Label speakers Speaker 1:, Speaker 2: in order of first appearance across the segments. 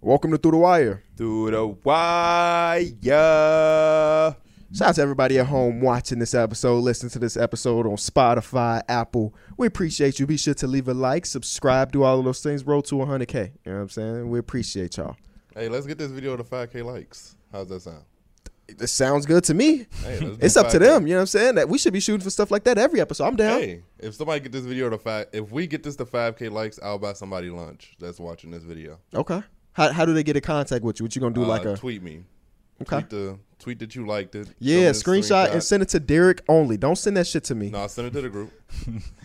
Speaker 1: Welcome to Through the Wire.
Speaker 2: Through the wire.
Speaker 1: Shout out to everybody at home watching this episode, listening to this episode on Spotify, Apple. We appreciate you. Be sure to leave a like, subscribe, do all of those things. Roll to 100K. You know what I'm saying? We appreciate y'all.
Speaker 3: Hey, let's get this video to 5K likes. How's that sound?
Speaker 1: It sounds good to me.
Speaker 3: Hey, let's do
Speaker 1: It's up to
Speaker 3: 5K.
Speaker 1: them. You know what I'm saying? That we should be shooting for stuff like that every episode. I'm down.
Speaker 3: Hey, if somebody get this video to five, if we get this to 5K likes, I'll buy somebody lunch that's watching this video.
Speaker 1: Okay. How, how do they get in contact with you? What you gonna do?
Speaker 3: Uh,
Speaker 1: like a
Speaker 3: tweet me.
Speaker 1: Okay.
Speaker 3: Tweet the tweet that you liked it.
Speaker 1: yeah,
Speaker 3: Show me the
Speaker 1: screenshot and send it to Derek only. Don't send that shit to me.
Speaker 3: No, I'll send it to the group.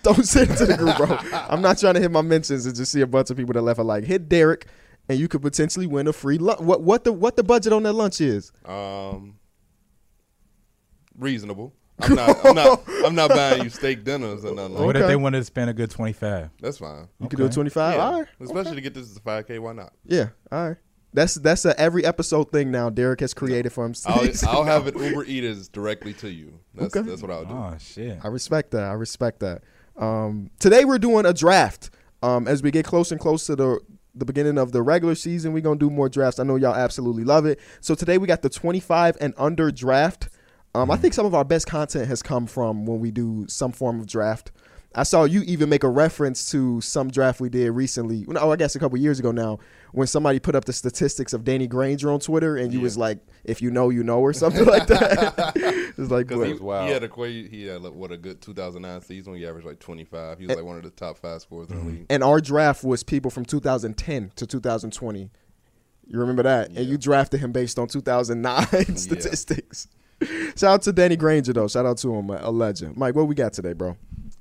Speaker 1: Don't send it to the group, bro. I'm not trying to hit my mentions and just see a bunch of people that left a like. Hit Derek, and you could potentially win a free lunch. What what the what the budget on that lunch is?
Speaker 3: Um, reasonable. I'm not. I'm not. I'm not buying you steak dinners or nothing.
Speaker 1: What if
Speaker 3: Like that.
Speaker 4: What
Speaker 1: Okay.
Speaker 4: if
Speaker 1: they
Speaker 4: they wanted to spend a good twenty five?
Speaker 3: That's fine.
Speaker 1: You could do a
Speaker 4: Okay.
Speaker 1: 25.
Speaker 3: Yeah.
Speaker 1: All right.
Speaker 3: Especially to get this to 5K. Why not?
Speaker 1: Yeah. All right. That's that's a every episode thing now. Derek has created for himself.
Speaker 3: I'll, I'll have it Uber Eaters directly to you. That's
Speaker 1: Okay.
Speaker 3: that's what I'll do.
Speaker 4: Oh shit!
Speaker 1: I respect that. I respect that. Um, today we're doing a draft. Um, as we get close and close to the the beginning of the regular season, we're gonna do more drafts. I know y'all absolutely love it. So today we got the 25 and under draft. Um,
Speaker 2: Mm-hmm.
Speaker 1: I think some of our best content has come from when we do some form of draft. I saw you even make a reference to some draft we did recently. No, I guess a couple years ago now, when somebody put up the statistics of Danny Granger on Twitter, and you was like, "If you know, you know," or something like that. it's like,
Speaker 3: Because
Speaker 1: what?
Speaker 3: he,
Speaker 2: was wild.
Speaker 3: he had a crazy, he had like, what a good 2009 season. He averaged like 25. He
Speaker 1: Eh.
Speaker 3: was like one of the top five scorers in the league.
Speaker 1: and our draft was people from 2010 to 2020. You remember that? And you drafted him based on 2009 statistics. Shout out to Danny Granger though. Shout out to him, a a legend. Mike, what we got today, bro?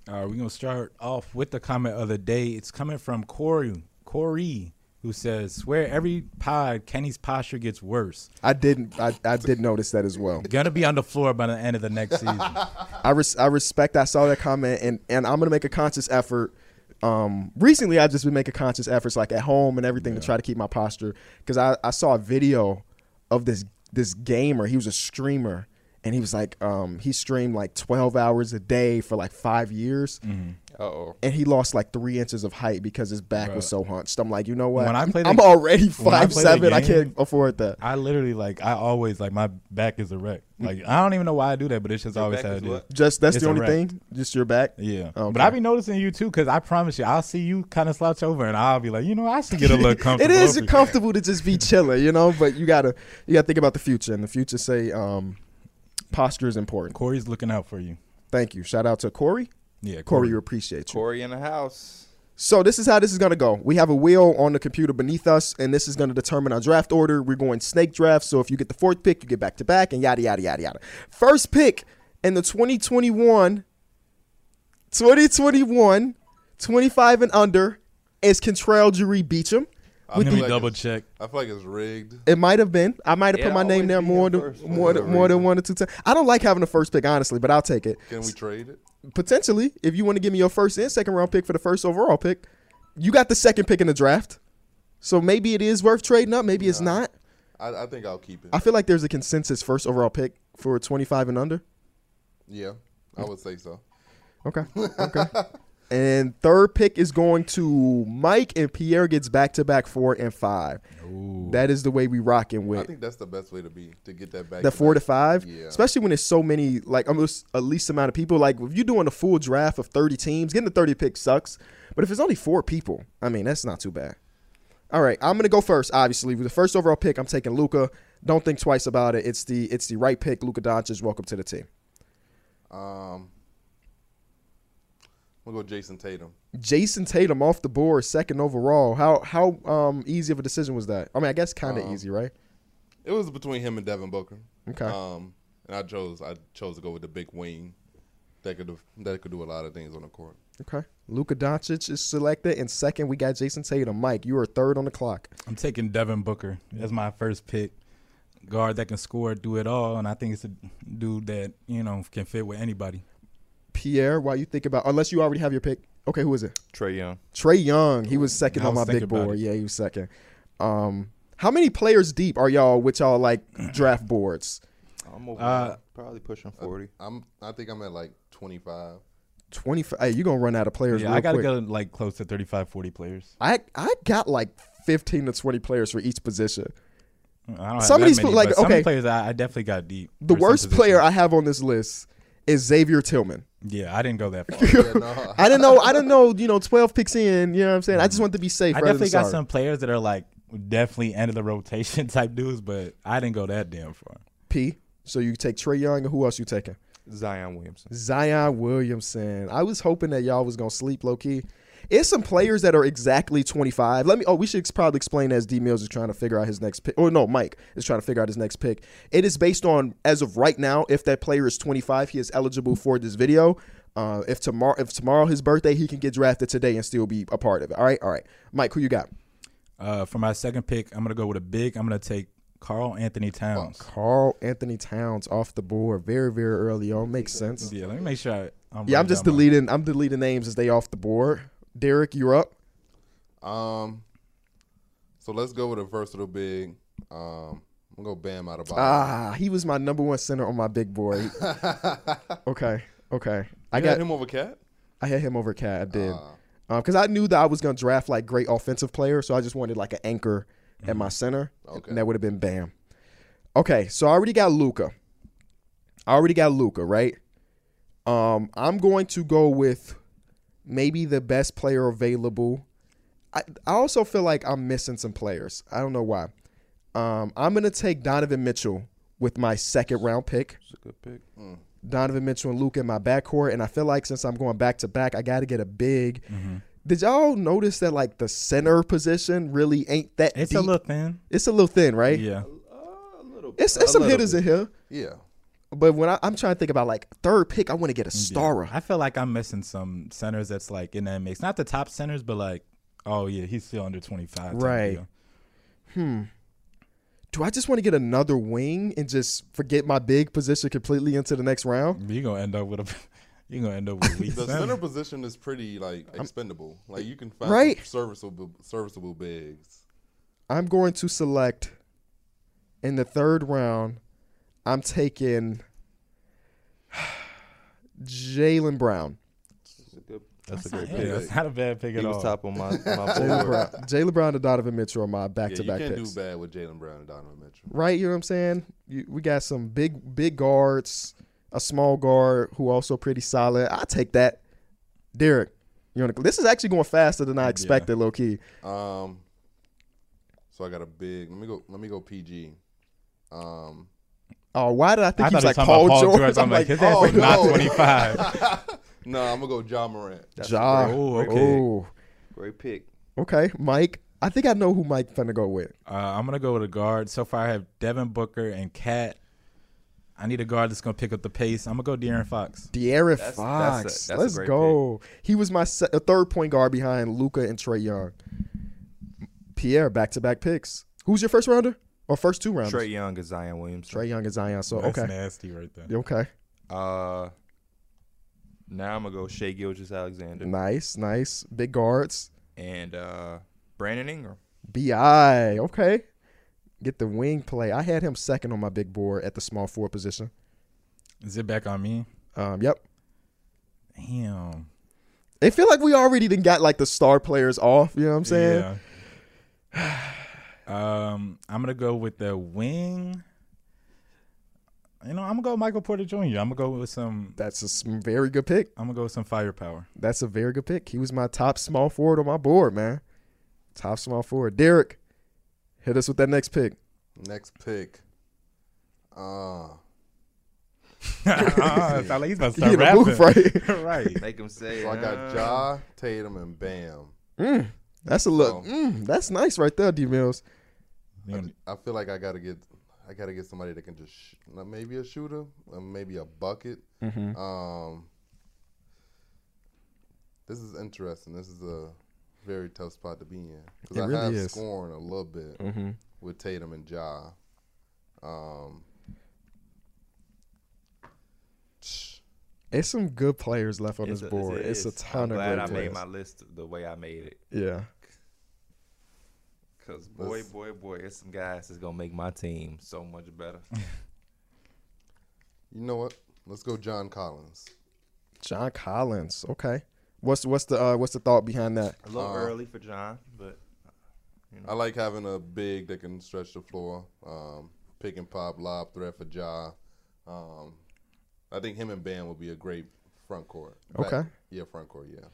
Speaker 4: All right, we're gonna start off with the comment of the day. It's coming from Corey, Corey, who says, "Swear every pod, Kenny's posture gets worse.
Speaker 1: I didn't. I, I did notice that as well.
Speaker 4: Gonna be on the floor by the end of the next season."
Speaker 1: I res- I respect. I saw that comment, and and I'm gonna make a conscious effort. Um, recently I've just been making conscious efforts, like at home and everything, to try to keep my posture. Because I I saw a video of this this gamer. He was a streamer, and he was like, um, he streamed like 12 hours a day for like five years,
Speaker 4: Mm-hmm.
Speaker 3: Uh oh.
Speaker 1: and he lost like three inches of height because his back was so hunched. I'm like, you know what?
Speaker 4: When I
Speaker 1: I'm,
Speaker 4: play the-
Speaker 1: I'm already
Speaker 4: when I
Speaker 1: five
Speaker 4: play the
Speaker 1: seven. I
Speaker 4: game-
Speaker 1: can't afford that.
Speaker 4: I literally like, I always like my back is a wreck. Like I don't even know why I do that, but it's just always
Speaker 2: back
Speaker 4: how I
Speaker 2: is
Speaker 4: do.
Speaker 2: what?
Speaker 4: it.
Speaker 1: Just that's
Speaker 4: It's
Speaker 1: the
Speaker 4: a
Speaker 1: only
Speaker 4: wreck.
Speaker 1: thing. Just your back.
Speaker 4: Yeah,
Speaker 1: Oh, Okay.
Speaker 4: but I be noticing you too, cause I promise you, I'll see you kind of slouch over, and I'll be like, you know, I should get a little
Speaker 1: it
Speaker 4: comfortable.
Speaker 1: is
Speaker 4: over here.
Speaker 1: comfortable to just be chilling, you know. But you gotta you gotta think about the future, and the future say um, posture is important.
Speaker 4: Corey's looking out for you.
Speaker 1: Thank you. Shout out to Corey.
Speaker 4: Yeah,
Speaker 1: Corey, we appreciate you.
Speaker 2: Corey in the house.
Speaker 1: So this is how this is gonna go. We have a wheel on the computer beneath us, and this is gonna determine our draft order. We're going snake draft, so if you get the fourth pick, you get back to back, and yada yada yada yada. First pick in the 2021, 2021, 25 and under is Contrail Jury Beecham.
Speaker 3: I
Speaker 4: Let
Speaker 3: feel
Speaker 4: me
Speaker 3: like
Speaker 4: double
Speaker 3: it's-
Speaker 4: check.
Speaker 3: I feel like it's rigged.
Speaker 1: It might have been. I might have put
Speaker 2: It'll
Speaker 1: my name
Speaker 2: always
Speaker 1: there
Speaker 2: be
Speaker 1: more
Speaker 2: him
Speaker 1: than
Speaker 2: first for
Speaker 1: more than,
Speaker 3: whatever
Speaker 1: more than
Speaker 3: reason.
Speaker 1: one or two times. I don't like having the first pick honestly, but I'll take it.
Speaker 3: Can we trade it?
Speaker 1: Potentially, if you want to give me your first and second round pick for the first overall pick, you got the second pick in the draft. So maybe it is worth trading up. Maybe it's not.
Speaker 3: I, I think I'll keep it.
Speaker 1: I feel like there's a consensus first overall pick for 25 and under.
Speaker 3: yeah, I would say so.
Speaker 1: Okay. Okay. and third pick is going to Mike and Pierre gets back to back four and five. That is the way we rocking
Speaker 3: I
Speaker 1: with.
Speaker 3: think that's the best way to be to get that back.
Speaker 1: the
Speaker 3: to
Speaker 1: four to
Speaker 3: back.
Speaker 1: five,
Speaker 3: Yeah.
Speaker 1: especially when it's so many, like almost a least amount of people. Like if you're doing a full draft of 30 teams, getting the 30 pick sucks. But if it's only four people, I mean, that's not too bad. All right, I'm gonna go first. Obviously, with the first overall pick, I'm taking Luca. Don't think twice about it. It's the it's the right pick. Luca Doncic, welcome to the team.
Speaker 3: Um, we'll go Jason Tatum.
Speaker 1: Jason Tatum off the board, second overall. How how um easy of a decision was that? I mean, I guess kind of
Speaker 3: Um,
Speaker 1: easy, right?
Speaker 3: It was between him and Devin Booker.
Speaker 1: Okay.
Speaker 3: Um, and I chose I chose to go with the big wing that could do- that could do a lot of things on the court.
Speaker 1: Okay. Luka Doncic is selected, and second we got Jason Tatum. Mike, you are third on the clock.
Speaker 4: I'm taking Devin Booker as my first pick. Guard that can score, do it all, and I think it's a dude that you know can fit with anybody.
Speaker 1: Pierre, while you think about unless you already have your pick. Okay, who is it?
Speaker 2: Trey Young.
Speaker 1: Trey Young. He was second
Speaker 4: I
Speaker 1: on my
Speaker 4: was
Speaker 1: big
Speaker 4: thinking about
Speaker 1: board.
Speaker 4: it.
Speaker 1: Yeah, he was second. Um, how many players deep are y'all with y'all like draft boards?
Speaker 2: I'm over
Speaker 4: Uh,
Speaker 2: probably pushing 40.
Speaker 3: I'm I think I'm at like 25.
Speaker 1: Twenty five. Hey, you gonna run out of players
Speaker 4: Yeah,
Speaker 1: real
Speaker 4: I gotta
Speaker 1: quick.
Speaker 4: go like close to 35, 40 players.
Speaker 1: I I got like fifteen to twenty players for each position.
Speaker 4: I don't have
Speaker 1: Some of
Speaker 4: that
Speaker 1: these
Speaker 4: many,
Speaker 1: pl- like,
Speaker 4: but some
Speaker 1: okay.
Speaker 4: players I, I definitely got deep.
Speaker 1: The
Speaker 4: for some
Speaker 1: worst
Speaker 4: positions.
Speaker 1: player I have on this list is Xavier Tillman.
Speaker 4: yeah, I didn't go that far.
Speaker 3: Yeah, nah.
Speaker 1: I didn't know. I didn't know. You know, twelve picks in. You know what I'm saying? I just wanted to be safe.
Speaker 4: Mm-hmm. I
Speaker 1: rather
Speaker 4: definitely
Speaker 1: than
Speaker 4: got
Speaker 1: sorry.
Speaker 4: some players that are like definitely end of the rotation type dudes, but I didn't go that damn far.
Speaker 1: P. So you take Trey Young, or who else you taking?
Speaker 2: Zion Williamson.
Speaker 1: Zion Williamson. I was hoping that y'all was gonna sleep low key. It's some players that are exactly 25. Let me. Oh, we should ex- probably explain as D Mills is trying to figure out his next pick. Or no, Mike is trying to figure out his next pick. It is based on as of right now. If that player is 25, he is eligible for this video. Uh, if tomorrow, if tomorrow his birthday, he can get drafted today and still be a part of it. All right, all right. Mike, who you got?
Speaker 4: Uh, for my second pick, I'm gonna go with a big. I'm gonna take Carl Anthony Towns.
Speaker 1: Carl Anthony Towns off the board very, very early on. Makes sense.
Speaker 4: Yeah, let me make sure. I, I'm
Speaker 1: Yeah, I'm
Speaker 4: writing
Speaker 1: just
Speaker 4: down my-
Speaker 1: deleting. I'm deleting names as they off the board. Derek, you're up.
Speaker 3: Um, so let's go with a versatile big. Um, I'm gonna go Bam out of box.
Speaker 1: Ah, he was my number one center on my big board. okay, okay. I
Speaker 3: I
Speaker 1: got.
Speaker 3: got him over Cat.
Speaker 1: I had him over Cat. I did.
Speaker 3: Ah.
Speaker 1: Because I knew that I was gonna draft like great offensive players, so I just wanted like an anchor at my center,
Speaker 3: Okay.
Speaker 1: and that would have been Bam. Okay, so I already got Luca. I already got Luca, right? Um, I'm going to go with maybe the best player available. I, I also feel like I'm missing some players. I don't know why. Um, I'm gonna take Donovan Mitchell with my second round pick.
Speaker 2: It's a good pick.
Speaker 1: Donovan Mitchell and Luca in my backcourt, and I feel like since I'm going back to back, I got to get a big.
Speaker 4: Mm-hmm.
Speaker 1: Did y'all notice that like the center position really ain't that?
Speaker 4: It's
Speaker 1: deep?
Speaker 4: a little thin.
Speaker 1: It's a little thin, right?
Speaker 4: Yeah,
Speaker 2: Uh, a little.
Speaker 1: It's,
Speaker 2: a
Speaker 1: it's some
Speaker 2: little
Speaker 1: hitters
Speaker 2: bit.
Speaker 1: in here,
Speaker 3: Yeah.
Speaker 1: but when I, I'm trying to think about like third pick, I want to get a starer.
Speaker 4: I feel like I'm missing some centers that's like in that mix. Not the top centers, but like, oh yeah, he's still under 25. type
Speaker 1: Right.
Speaker 4: deal.
Speaker 1: Do I just want to get another wing and just forget my big position completely into the next round?
Speaker 4: You gonna end up with a. You gonna end up with a weak
Speaker 3: The
Speaker 4: center.
Speaker 3: center position is pretty like expendable. Like you can find
Speaker 1: Right.
Speaker 3: some serviceable serviceable bigs.
Speaker 1: I'm going to select in the third round. I'm taking Jalen Brown.
Speaker 2: It's a good-
Speaker 4: That's,
Speaker 2: a
Speaker 4: not-
Speaker 2: great
Speaker 4: yeah,
Speaker 2: pick.
Speaker 4: That's not a bad pick
Speaker 2: He
Speaker 4: at all.
Speaker 2: was top on my,
Speaker 1: Jalen
Speaker 2: my board.
Speaker 1: Brown, Jaylen Brown and Donovan Mitchell are my
Speaker 3: Yeah, you
Speaker 1: back-to-back
Speaker 3: can't
Speaker 1: picks.
Speaker 3: do bad with Jalen Brown and Donovan Mitchell.
Speaker 1: Right, you know what I'm saying? You, we got some big, big guards, a small guard who also pretty solid. I take that, Derek. You know, this is actually going faster than I expected, low key.
Speaker 3: Um, so I got a big. Let me go. Let me go PG. Um,
Speaker 1: Oh, why did I think
Speaker 4: I
Speaker 1: he was
Speaker 4: thought he
Speaker 1: like
Speaker 4: was talking about
Speaker 1: Paul, George?
Speaker 4: I'm like, his ass
Speaker 3: oh,
Speaker 4: is not Uh,
Speaker 3: no.
Speaker 4: 25.
Speaker 3: no, I'm gonna go John Morant.
Speaker 1: Ja.
Speaker 4: Oh, okay.
Speaker 1: Oh,
Speaker 2: Great pick.
Speaker 1: okay, Mike. I think I know who Mike finna go with.
Speaker 4: Uh, I'm gonna go with a guard. So far, I have Devin Booker and Cat. I need a guard that's gonna pick up the pace. I'm gonna go De'Aaron Fox.
Speaker 1: De'Aaron
Speaker 2: That's- that's a-
Speaker 1: Fox.
Speaker 2: that's a
Speaker 1: Let's
Speaker 2: great
Speaker 1: go. He was my se- uh, third point guard behind Luca and Trey Young. Pierre, back to back picks. Who's your first rounder or first two rounders?
Speaker 2: Trey Young is Zion Williamson.
Speaker 1: Trey Young and Zion. So
Speaker 4: That's
Speaker 1: Oh, okay,
Speaker 4: nasty right there.
Speaker 1: Yeah, okay,
Speaker 2: Uh, now I'm gonna go Shea Gilgis Alexander
Speaker 1: nice, nice. Big guards.
Speaker 2: and uh, Brandon Ingram.
Speaker 1: Bi. Okay, get the wing play. I had him second on my big board at the small forward position.
Speaker 4: Is it back on me?
Speaker 1: Um, yep.
Speaker 4: Damn.
Speaker 1: It feel like we already did got like the star players off. You know what I'm saying?
Speaker 4: Yeah. um, I'm gonna go with the wing. You know, I'm gonna go Michael Porter Jr. I'm gonna go with some.
Speaker 1: That's a s- very good pick.
Speaker 4: I'm gonna go with some firepower.
Speaker 1: That's a very good pick. He was my top small forward on my board, man. Top small forward. Derek, hit us with that next pick.
Speaker 3: Next pick. Uh,
Speaker 4: Ah, it's not like he's about to
Speaker 1: You
Speaker 4: start
Speaker 1: in a
Speaker 4: rapping.
Speaker 1: move, right?
Speaker 4: right.
Speaker 2: Make him say.
Speaker 3: so I got
Speaker 2: uh,
Speaker 3: Ja, Tatum, and Bam.
Speaker 1: Mm, that's a look.
Speaker 3: Oh.
Speaker 1: Mm, that's nice right there, D Mills.
Speaker 4: You know,
Speaker 3: I feel like I gotta get. I gotta get somebody that can just sh- maybe a shooter, uh, maybe a bucket.
Speaker 2: Uh,
Speaker 3: Um, this is interesting. This is a very tough spot to be in because
Speaker 1: It
Speaker 3: I
Speaker 1: really
Speaker 3: have
Speaker 1: is.
Speaker 3: scoring a little bit
Speaker 1: Mm-hmm.
Speaker 3: with Tatum and Ja. Um,
Speaker 1: It's some good players left on
Speaker 2: it's
Speaker 1: this
Speaker 2: a-
Speaker 1: board. It's,
Speaker 2: is.
Speaker 1: a ton
Speaker 2: I'm
Speaker 1: of
Speaker 2: glad
Speaker 1: great
Speaker 2: I
Speaker 1: players.
Speaker 2: made my list the way I made it.
Speaker 1: yeah,
Speaker 2: Cause boy,
Speaker 3: Let's-
Speaker 2: boy, boy, it's some guys that's gonna make my team so much better.
Speaker 3: you know what? Let's go, John Collins.
Speaker 1: John Collins. Okay, what's what's the uh, what's the thought behind that?
Speaker 2: A little
Speaker 3: Uh,
Speaker 2: early for John, but You know?
Speaker 3: I like having a big that can stretch the floor, um, pick and pop, lob, threat for Ja. Um, I think him and Bam would be a great front court. Back-
Speaker 1: Okay.
Speaker 3: Yeah, front court. Yeah.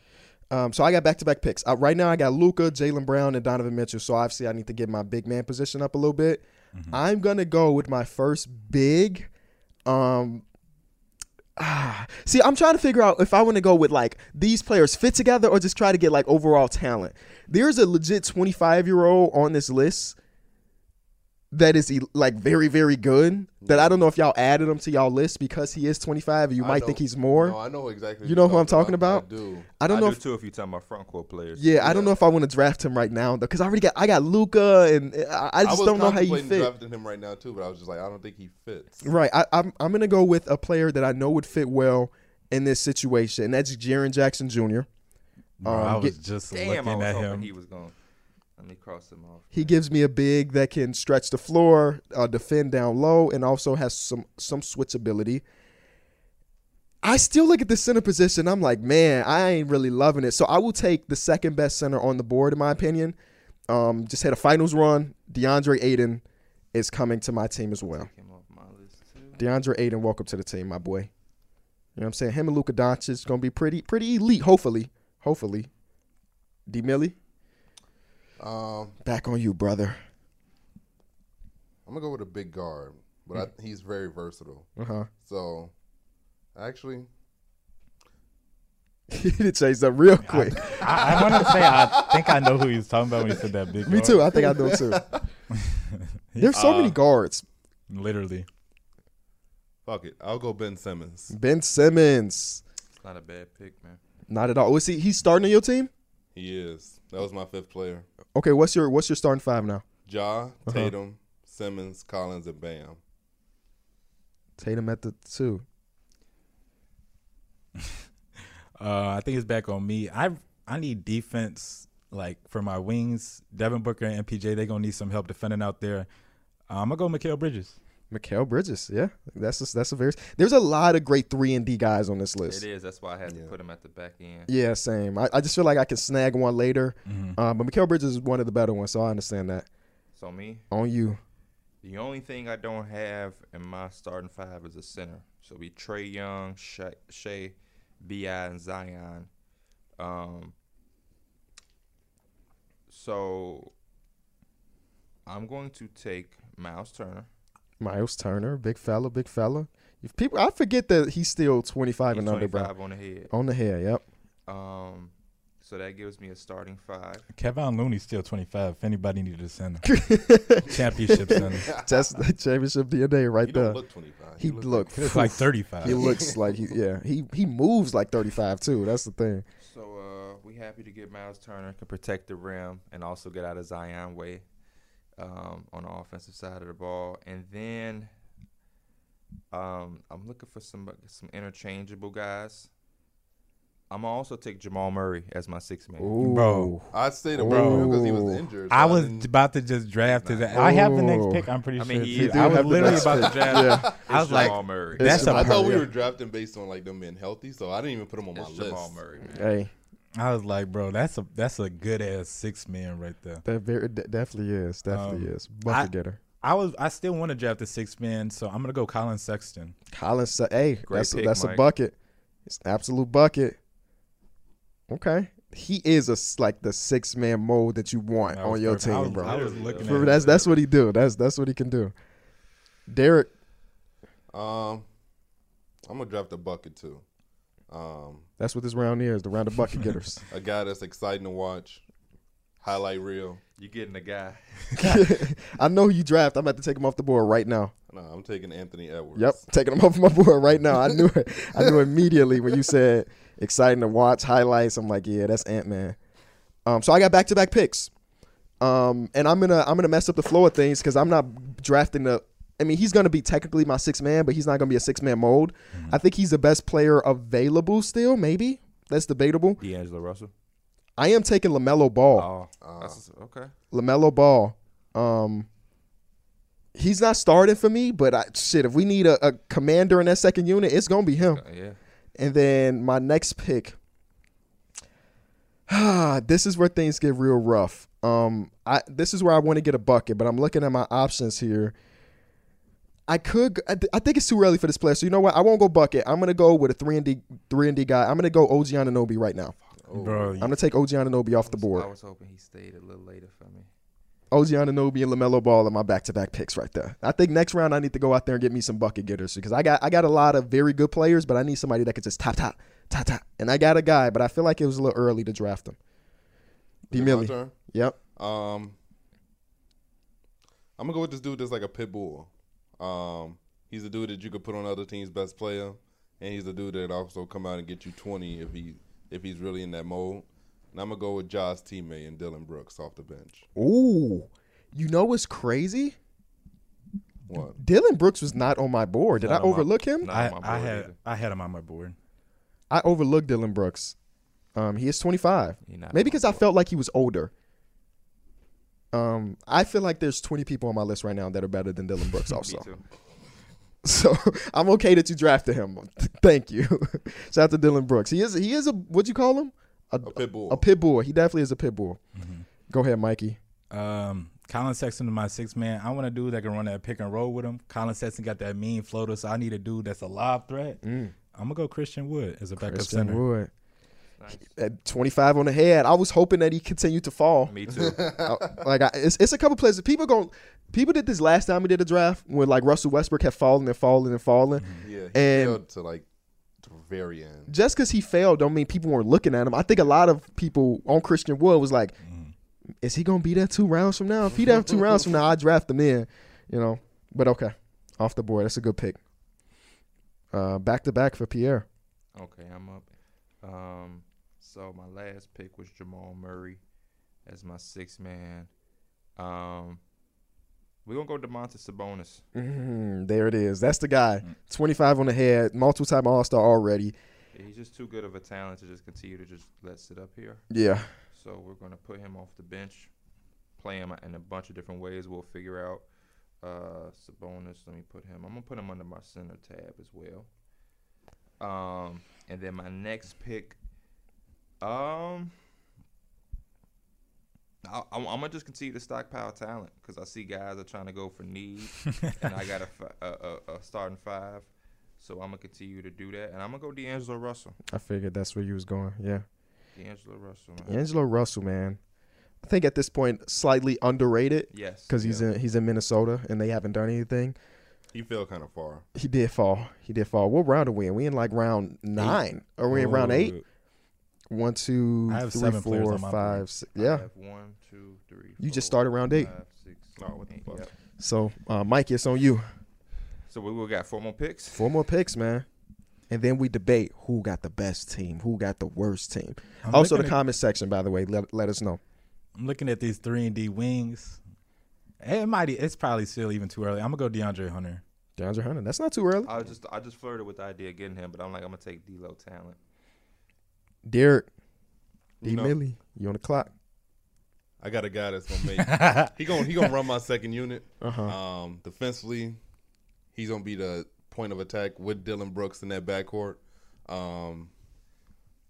Speaker 1: Um, so I got back to back picks. Uh, right now, I got Luca, Jalen Brown, and Donovan Mitchell. So obviously, I need to get my big man position up a little bit. I'm gonna go with my first big. Um, ah, see, I'm trying to figure out if I want to go with like these players fit together or just try to get like overall talent. There's a legit 25 year old on this list that is el- like very very good. That I don't know if y'all added him to y'all list because he is 25. You
Speaker 3: I
Speaker 1: might
Speaker 3: know-
Speaker 1: think he's more.
Speaker 3: No, I know exactly.
Speaker 1: You know who I'm
Speaker 3: I
Speaker 1: talking
Speaker 3: do.
Speaker 1: I don't know
Speaker 2: do
Speaker 1: if
Speaker 2: too if you talk about front court players.
Speaker 1: Yeah, I don't know if I want to draft him right now though, because I already got I got Luca, and uh, I, I just
Speaker 3: was
Speaker 1: don't know how you
Speaker 3: contemplating
Speaker 1: fit.
Speaker 3: drafting him right now too, but I was just like, I don't think he fits.
Speaker 1: Right, I, I'm I'm gonna go with a player that I know would fit well in this situation, and that's Jaron Jackson Jr.
Speaker 4: Bro, I
Speaker 1: Um,
Speaker 4: was
Speaker 1: get-
Speaker 4: just
Speaker 2: Damn, I
Speaker 4: looking
Speaker 2: was
Speaker 4: at
Speaker 2: hoping
Speaker 4: him.
Speaker 2: he was going. to Let me cross him off.
Speaker 1: He gives me a big that can stretch the floor, uh, defend down low, and also has some some switchability. I still look at the center position. I'm like, man, I ain't really loving it. So I will take the second best center on the board, in my opinion. Um, just had a finals run. DeAndre Aiden is coming to my team as well.
Speaker 2: Take him off my list too.
Speaker 1: DeAndre Aiden, welcome to the team, my boy. You know what I'm saying? Him and Luka Doncic is gonna be pretty, pretty elite. Hopefully, hopefully. D Millie,
Speaker 3: Um,
Speaker 1: back on you, brother.
Speaker 3: I'm gonna go with a big guard, but I, he's very versatile.
Speaker 1: Uh huh.
Speaker 3: So, actually,
Speaker 1: it changed up real quick.
Speaker 4: I, I want to say I think I know who he was talking about when he said that big.
Speaker 1: Me
Speaker 4: guard.
Speaker 1: too. I think I know too. There's
Speaker 2: Uh,
Speaker 1: so many guards.
Speaker 4: Literally.
Speaker 3: fuck it. I'll go Ben Simmons.
Speaker 1: Ben Simmons,
Speaker 2: It's not a bad pick, man.
Speaker 1: not at all. Was he? He's starting on your team.
Speaker 3: He is. That was my fifth player.
Speaker 1: Okay, what's your what's your starting five now?
Speaker 3: Ja,
Speaker 1: Uh-huh.
Speaker 3: Tatum, Simmons, Collins, and Bam.
Speaker 1: Tatum at the two.
Speaker 4: Uh, I think it's back on me. I I need defense like for my wings. Devin Booker and MPJ, they gonna need some help defending out there. Uh, I'm gonna go Mikael Bridges.
Speaker 1: Mikael Bridges. Yeah, that's a, that's a very. There's a lot of great three and D guys on this list.
Speaker 2: It is. That's why I had to put him at the back end.
Speaker 1: Yeah, same. I, I just feel like I can snag one later.
Speaker 2: Mm-hmm.
Speaker 1: Um, but Mikael Bridges is one of the better ones, so I understand that.
Speaker 2: So me,
Speaker 1: On you.
Speaker 2: the only thing I don't have in my starting five is a center. So we Trey Young, Sha- Shea, Bi, and Zion. Um. So I'm going to take Miles Turner.
Speaker 1: Miles Turner, big fella, big fella. If people, I forget that he's still 25
Speaker 2: He's
Speaker 1: and under, bro.
Speaker 2: 25 on the head.
Speaker 1: On the hair, yep.
Speaker 2: Um, so that gives me a starting five.
Speaker 4: Kevin Looney's still 25. If anybody needed a center, championship center,
Speaker 1: That's the championship DNA right
Speaker 3: He
Speaker 1: there.
Speaker 3: don't look 25.
Speaker 1: he
Speaker 3: look
Speaker 1: look,
Speaker 4: he was like
Speaker 1: he
Speaker 4: 35.
Speaker 1: looks like he yeah he he moves like 35 too. That's the thing.
Speaker 2: So uh, we happy to get Miles Turner can protect the rim and also get out of Zion way um, on the offensive side of the ball, and then um, I'm looking for some some interchangeable guys. I'm gonna also take Jamal Murray as my sixth man.
Speaker 1: Ooh.
Speaker 4: Bro.
Speaker 3: I stayed away
Speaker 4: Bro.
Speaker 3: because he was injured. so
Speaker 4: I was
Speaker 3: didn't-
Speaker 4: about to just draft his. I have the next pick. I'm pretty
Speaker 2: I mean,
Speaker 4: sure.
Speaker 2: he
Speaker 4: too.
Speaker 2: is-
Speaker 4: I was
Speaker 1: have the
Speaker 4: literally
Speaker 1: next
Speaker 4: about to
Speaker 1: pick.
Speaker 4: draft.
Speaker 1: Yeah.
Speaker 2: It's
Speaker 4: I was like,
Speaker 2: Jamal Murray.
Speaker 1: It's
Speaker 4: that's a
Speaker 3: I thought we
Speaker 1: yeah.
Speaker 3: were drafting based on like them being healthy, so I didn't even put them on
Speaker 2: It's
Speaker 3: my
Speaker 2: Jamal
Speaker 3: list.
Speaker 2: Murray. man.
Speaker 1: Hey,
Speaker 4: I was like, bro, that's a that's a good ass six man right there.
Speaker 1: that very de- definitely is, definitely
Speaker 4: Um,
Speaker 1: is. Bucket
Speaker 4: I-
Speaker 1: getter.
Speaker 4: I was I still want to draft a six man, so I'm gonna go Colin Sexton.
Speaker 1: Colin said, "Hey,
Speaker 2: Great
Speaker 1: that's a,
Speaker 2: pick,
Speaker 1: that's a
Speaker 2: Mike.
Speaker 1: bucket. It's an absolute bucket." Okay, he is a s- like the six man mold that you want
Speaker 4: I
Speaker 1: on
Speaker 4: was
Speaker 1: your
Speaker 4: perfect. I
Speaker 1: team,
Speaker 4: was-
Speaker 1: bro.
Speaker 4: I was looking
Speaker 1: For-
Speaker 4: at
Speaker 1: that's that's what he do. That's that's what he can do. Derek,
Speaker 3: Um, I'm gonna draft a bucket too. Um,
Speaker 1: that's what this round is. The round of bucket getters.
Speaker 3: a guy that's exciting to watch, highlight reel.
Speaker 2: You getting a guy?
Speaker 1: I know who you draft. I'm about to take him off the board right now.
Speaker 3: No, I'm taking Anthony Edwards.
Speaker 1: Yep, taking him off my board right now. I knew it. I knew immediately when you said exciting to watch highlights. I'm like, yeah, that's Ant Man. Um, so I got back to back picks, um, and I'm gonna I'm gonna mess up the flow of things because I'm not drafting the. I mean, he's gonna be technically my six man, but he's not gonna be a six man mold. I think he's the best player available still. Maybe that's debatable.
Speaker 2: D'Angelo Russell.
Speaker 1: I am taking Lamelo Ball.
Speaker 2: Oh, that's, okay.
Speaker 1: Lamelo Ball. Um, he's not starting for me, but I, shit, if we need a, a commander in that second unit, it's gonna be him.
Speaker 2: Uh, yeah.
Speaker 1: And then my next pick. Ah, this is where things get real rough. Um, I this is where I want to get a bucket, but I'm looking at my options here. I could. I, th- I think it's too early for this player. So you know what? I won't go bucket. I'm gonna go with a three and D three and D guy. I'm gonna go OG Ananobi right now.
Speaker 4: Bro,
Speaker 1: I'm gonna take OG Ananobi off the
Speaker 2: I
Speaker 1: board.
Speaker 2: was hoping he stayed a little later for me.
Speaker 1: OG Ananobi and Lamelo Ball are my back to back picks right there. I think next round I need to go out there and get me some bucket getters because I got I got a lot of very good players, but I need somebody that could just top top top top. And I got a guy, but I feel like it was a little early to draft him. D
Speaker 3: Is it my
Speaker 1: Millie.
Speaker 3: turn?
Speaker 1: Yep.
Speaker 3: Um, I'm gonna go with this dude that's like a pit bull. Um, he's a dude that you could put on other team's best player, and he's a dude that also come out and get you 20 if he if he's really in that mode. And I'm gonna go with Josh teammate and Dylan Brooks off the bench.
Speaker 1: Ooh. You know what's crazy?
Speaker 3: What?
Speaker 1: Dylan Brooks was not on my board. Did I
Speaker 2: Not on my-
Speaker 1: overlook him?
Speaker 2: Not
Speaker 4: I,
Speaker 2: on my
Speaker 4: I
Speaker 2: board
Speaker 4: had
Speaker 2: either.
Speaker 4: I had him on my board.
Speaker 1: I overlooked Dylan Brooks. Um, he is 25.
Speaker 2: He not
Speaker 1: Maybe
Speaker 2: on my
Speaker 1: because I felt like he was older. Um, I feel like there's 20 people on my list right now that are better than Dylan Brooks.
Speaker 2: Me
Speaker 1: Also,
Speaker 2: too.
Speaker 1: so I'm okay that you drafted him. Thank you. Shout out to Dylan Brooks. He is he is a what you call him a,
Speaker 3: A pit bull.
Speaker 1: a pit bull. He definitely is a pit bull. Go ahead, Mikey.
Speaker 4: Um, Colin Sexton is my six man. I want a dude that can run that pick and roll with him. Colin Sexton got that mean floater, so I need a dude that's a live threat. I'm gonna go Christian Wood as a backup center.
Speaker 1: Wood
Speaker 2: Nice.
Speaker 1: at 25 on the head. I was hoping that he continued to fall.
Speaker 2: Me too.
Speaker 1: I- like I, it's, it's a couple places. People going people did this last time we did a draft when like Russell Westbrook had fallen and fallen and fallen.
Speaker 3: Yeah, he
Speaker 1: And-
Speaker 3: failed to like the very end.
Speaker 1: Just because he failed, don't mean people weren't looking at him. I think a lot of people on Christian Wood was like, "Is he gonna be there two rounds from now? If he there two rounds from now, I draft him in." You know, but okay, off the board. That's a good pick. Uh, back to back for Pierre.
Speaker 2: Okay, I'm up. Um, so my last pick was Jamal Murray as my sixth man. Um, we're gonna go Demontis Sabonis.
Speaker 1: Mm, there it is. That's the guy. Twenty-five on the head, multiple-time All-Star already.
Speaker 2: He's just too good of a talent to just continue to just let sit up here.
Speaker 1: Yeah.
Speaker 2: So we're gonna put him off the bench, play him in a bunch of different ways. We'll figure out uh, Sabonis. Let me put him. I'm gonna put him under my center tab as well. Um, and then my next pick, um, I, am gonna just continue to stockpile talent because I see guys are trying to go for need, and I got a, fi- a, a, a starting five. So I'm gonna continue to do that, and I'm gonna go D'Angelo Russell.
Speaker 1: I figured that's where you was going. Yeah.
Speaker 2: D'Angelo Russell, man.
Speaker 1: Angelo Russell, man. I think at this point slightly underrated
Speaker 2: Yes,
Speaker 1: because he's
Speaker 2: yeah.
Speaker 1: in he's in Minnesota and they haven't done anything.
Speaker 3: He fell kind of far.
Speaker 1: He did fall. He did fall. What round are we in? We in like round nine. Are we in round eight? One, two,
Speaker 4: Oh. I have
Speaker 1: three,
Speaker 4: seven players
Speaker 1: four,
Speaker 4: on my
Speaker 1: five,
Speaker 4: board.
Speaker 1: six-
Speaker 2: I
Speaker 1: Yeah.
Speaker 2: have one, two, three,
Speaker 1: You just
Speaker 2: four,
Speaker 1: started round eight.
Speaker 2: five, six,
Speaker 3: Oh, what the
Speaker 2: eight,
Speaker 3: fuck.
Speaker 2: yep.
Speaker 1: So, uh, Mike, it's on you.
Speaker 2: So we will got four more picks.
Speaker 1: Four more picks, man. And then we debate who got the best team, who got the worst team.
Speaker 4: I'm
Speaker 1: also, the
Speaker 4: looking at-
Speaker 1: comment section, by the way, let, let us know.
Speaker 4: I'm looking at these three and D wings. It might. e, It's probably still even too early. I'm gonna go DeAndre Hunter.
Speaker 1: DeAndre Hunter, that's not too early.
Speaker 4: Uh,
Speaker 2: I was just I just flirted with the idea of getting him, but I'm like I'm gonna take D'Lo talent.
Speaker 1: Derek, D.
Speaker 3: You know,
Speaker 1: Millie, you on the clock?
Speaker 3: I got a guy that's gonna make. he gonna he gonna run my second unit. Um, defensively, he's gonna be the point of attack with Dylan Brooks in that backcourt. Um,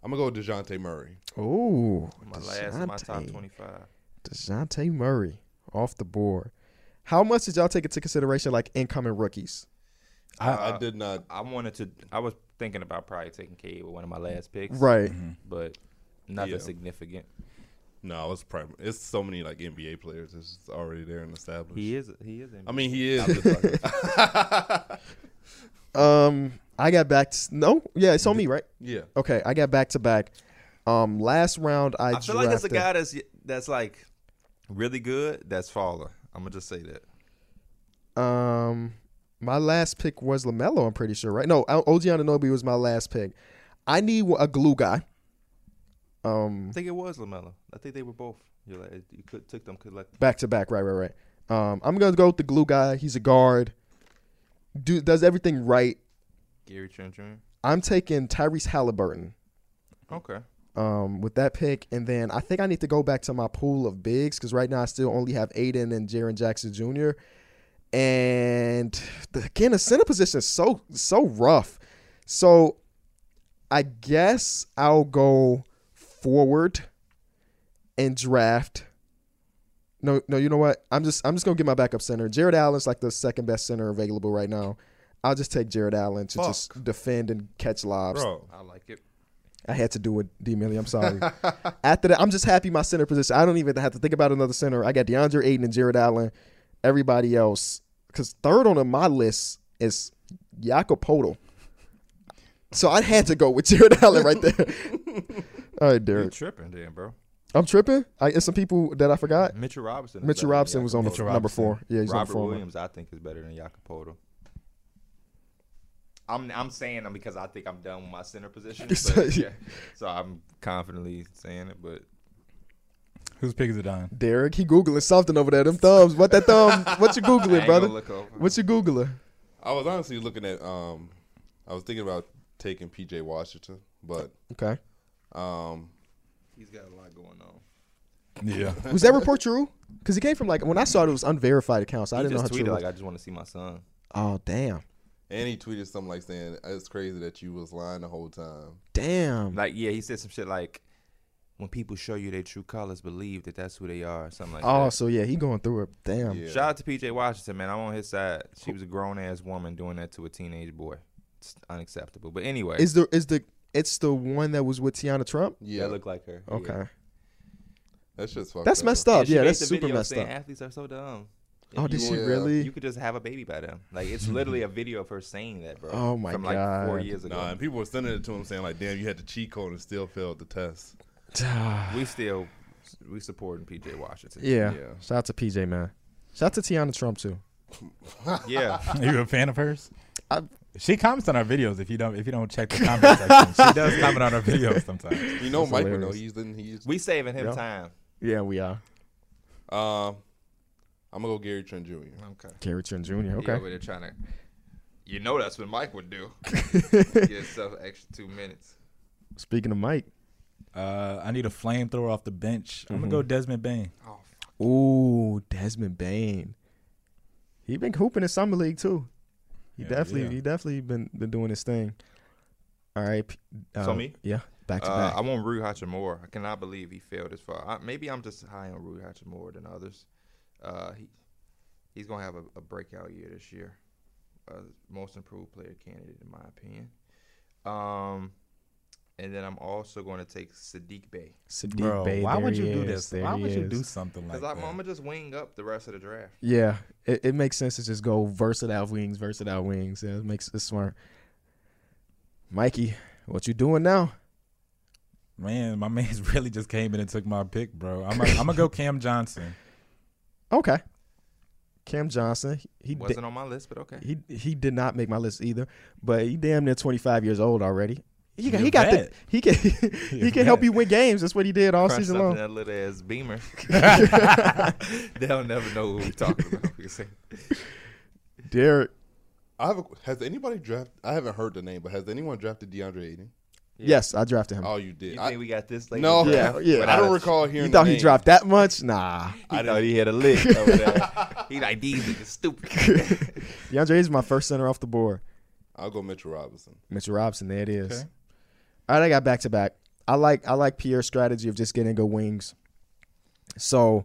Speaker 3: I'm gonna go with Dejounte Murray.
Speaker 1: Oh,
Speaker 2: My last, in my top twenty-five.
Speaker 1: Dejounte Murray off the board. How much did y'all take into consideration, like incoming rookies?
Speaker 3: I,
Speaker 2: Uh,
Speaker 3: I did not.
Speaker 2: I wanted to. I was thinking about probably taking Cade with one of my last picks,
Speaker 1: Right.
Speaker 2: But nothing
Speaker 3: Yeah.
Speaker 2: significant.
Speaker 3: No, it's prime. It's so many like NBA players. It's just already there and established.
Speaker 2: He is. He is. in
Speaker 3: I mean, he is.
Speaker 1: Um, I got back. To, no, yeah, it's on me, right?
Speaker 3: yeah.
Speaker 1: Okay, I got back to back. Um, last round I,
Speaker 2: I feel like that's a
Speaker 1: drafted-
Speaker 2: guy that's that's like really good. That's Fowler. I'm gonna just say that.
Speaker 1: Um, my last pick was Lamelo. I'm pretty sure, right? No, O- OG Anunoby was my last pick. I need a glue guy. Um,
Speaker 2: I think it was Lamelo. I think they were both. You're like you could took them collect.
Speaker 1: back to back. Right, right, right. Um, I'm gonna go with the glue guy. He's a guard. Do does everything right.
Speaker 2: Gary Trent Jr.
Speaker 1: I'm taking Tyrese Halliburton
Speaker 2: Okay.
Speaker 1: um, with that pick, and then I think I need to go back to my pool of bigs because right now I still only have Aiden and Jaron Jackson Jr. And the, again, the center position is so so rough. So I guess I'll go forward and draft No, no, you know what? I'm just I'm just gonna get my backup center. Jared Allen's like the second best center available right now. I'll just take Jared Allen to just defend and catch lobs.
Speaker 3: Bro,
Speaker 2: I like it.
Speaker 1: I had to do it, D Millie. I'm sorry. After that, I'm just happy my center position. I don't even have to think about another center. I got DeAndre Ayton and Jared Allen. Everybody else, because third on my list is Jakob Podol. So I had to go with Jared Allen right there. All right,
Speaker 2: You're
Speaker 1: Derek.
Speaker 2: tripping, then, bro.
Speaker 1: I'm tripping. I, and some people that I forgot.
Speaker 2: Mitchell Robinson. is better
Speaker 1: Mitchell
Speaker 2: than
Speaker 1: Robinson was on the
Speaker 4: Mitchell
Speaker 1: number
Speaker 4: Robinson.
Speaker 1: four. Yeah, he's on the
Speaker 2: Robert
Speaker 1: four.
Speaker 2: Williams, I think, is better than Jacopoto. I'm I'm saying them because I think I'm done with my center position.
Speaker 1: So-
Speaker 2: but, yeah. So I'm confidently saying it, but
Speaker 4: Whose pick is it on?
Speaker 1: Derek, he googling something over there. Them thumbs. What that thumb? What you
Speaker 2: I ain't
Speaker 1: googling,
Speaker 2: gonna
Speaker 1: brother?
Speaker 2: Look over.
Speaker 1: What you googling?
Speaker 3: I was honestly looking at. Um, I was thinking about taking PJ Washington, but
Speaker 1: Okay.
Speaker 3: um,
Speaker 2: He's got a lot going on.
Speaker 4: Yeah.
Speaker 1: Was that report true? Because it came from like when I saw it, it was unverified accounts. I
Speaker 2: he
Speaker 1: didn't know how
Speaker 2: just
Speaker 1: true.
Speaker 2: tweeted
Speaker 1: it was.
Speaker 2: like, "I just want to see my son."
Speaker 1: Oh damn,
Speaker 3: and he tweeted something like saying it's crazy that you was lying the whole time.
Speaker 1: damn.
Speaker 2: Like, yeah, he said some shit like, "When people show you their true colors, believe that that's who they are." or Something like
Speaker 1: Oh,
Speaker 2: that.
Speaker 1: so yeah, he going through it. Damn.
Speaker 3: Yeah.
Speaker 2: Shout out to PJ Washington, man. I'm on his side. She was a grown ass woman doing that to a teenage boy. It's unacceptable. But anyway,
Speaker 1: Is the is the it's the one that was with Tiana Trump?
Speaker 3: Yeah,
Speaker 2: that looked like her. Yeah.
Speaker 1: Okay,
Speaker 3: that's just fucked
Speaker 1: that's
Speaker 3: up.
Speaker 1: messed up.
Speaker 2: she
Speaker 1: Yeah,
Speaker 2: made
Speaker 1: that's
Speaker 2: the
Speaker 1: super
Speaker 2: video
Speaker 1: messed
Speaker 2: saying
Speaker 1: up.
Speaker 2: Athletes are so dumb. If
Speaker 1: Oh, did
Speaker 2: you
Speaker 1: she
Speaker 3: were-
Speaker 1: really?
Speaker 2: You could just have a baby by them. Like it's literally a video of her saying that, bro.
Speaker 1: Oh, my
Speaker 2: from like four
Speaker 1: God.
Speaker 2: years ago.
Speaker 3: Nah, and people were sending it to him saying like, "Damn, you had the cheat code and still failed the test."
Speaker 1: yeah.
Speaker 2: we still we supporting PJ Washington.
Speaker 3: Yeah.
Speaker 1: Shout out to PJ man. Shout out to Tiana Trump too.
Speaker 2: Yeah.
Speaker 4: Are you a fan of hers?
Speaker 1: I'm-
Speaker 4: she comments on our videos if you don't if you don't check the comment section. She does comment on our videos sometimes.
Speaker 3: You know,
Speaker 1: That's
Speaker 3: Mike would know.
Speaker 1: hilarious.
Speaker 3: He's didn't he's.
Speaker 2: we saving him
Speaker 1: Yeah.
Speaker 2: time.
Speaker 1: Yeah, we are.
Speaker 3: Uh, I'm gonna go Gary Trent Jr.
Speaker 2: Okay.
Speaker 1: Gary Trent Jr.
Speaker 2: Yeah,
Speaker 1: Okay.
Speaker 2: where they're trying to You know that's what Mike would do. Get himself an extra two minutes.
Speaker 1: Speaking of Mike.
Speaker 4: Uh, I need a flamethrower off the bench. I'm gonna
Speaker 1: Mm-hmm.
Speaker 4: go Desmond Bain.
Speaker 2: Oh fuck.
Speaker 1: Ooh, Desmond Bain. He been hooping in summer league too. He
Speaker 4: Yeah,
Speaker 1: definitely,
Speaker 4: yeah.
Speaker 1: he definitely been been doing his thing. All right. p-
Speaker 2: So
Speaker 1: uh,
Speaker 2: me?
Speaker 1: Yeah. Back to
Speaker 2: Uh, I
Speaker 1: back.
Speaker 2: want Rui Hachimura. I cannot believe he failed this far. I, maybe I'm just high on Rui Hachimura than others. Uh, he he's gonna have a, a breakout year this year. Uh, most improved player candidate in my opinion. Um, and then I'm also going to take Sadiq Bey
Speaker 1: Sadiq
Speaker 4: Bro,
Speaker 1: Bey,
Speaker 4: why
Speaker 1: there
Speaker 4: would
Speaker 1: he
Speaker 4: you do
Speaker 1: is,
Speaker 4: this?
Speaker 1: there
Speaker 4: Why
Speaker 1: he
Speaker 4: would you
Speaker 1: is.
Speaker 4: do something like
Speaker 2: because
Speaker 4: that?
Speaker 2: I'm, I'm gonna just wing up the rest of the draft.
Speaker 1: Yeah, it, it makes sense to just go versatile wings, versatile wings. Yeah, it makes it smart. Mikey, what you doing now?
Speaker 4: Man, my man's really just came in and took my pick, bro. I'm gonna I'm gonna go Cam Johnson.
Speaker 1: Okay, Cam Johnson. He
Speaker 2: Wasn't
Speaker 1: di-
Speaker 2: on my list, but okay.
Speaker 1: he he did not make my list either, but he damn near twenty five years old already. He got,
Speaker 4: You
Speaker 1: he got the
Speaker 4: bet.
Speaker 1: he can he can help
Speaker 4: bet.
Speaker 1: you win games. That's what he did all
Speaker 2: Crunch
Speaker 1: season
Speaker 2: something
Speaker 1: long.
Speaker 2: that little ass Beamer. They'll never know who we're talking about. We can say-
Speaker 1: Derek,
Speaker 3: I have. A, has anybody drafted? I haven't heard the name, but has anyone drafted DeAndre Ayton?
Speaker 1: yes, I drafted him.
Speaker 3: Oh, you did.
Speaker 2: You
Speaker 3: I,
Speaker 2: think we got this late? in
Speaker 3: no,
Speaker 2: the draft
Speaker 1: Yeah, yeah.
Speaker 3: I
Speaker 2: without
Speaker 3: don't
Speaker 2: a-
Speaker 3: recall hearing.
Speaker 1: you thought
Speaker 3: the
Speaker 1: he
Speaker 3: name.
Speaker 1: dropped that much? Nah,
Speaker 2: He thought he had a lick over there. he like these niggas stupid.
Speaker 1: DeAndre is my first center off the board.
Speaker 3: I'll go Mitchell Robinson.
Speaker 1: Mitchell Robinson, there it is.
Speaker 4: Okay.
Speaker 1: All right, I got back to back. I like I like Pierre's strategy of just getting good wings. So,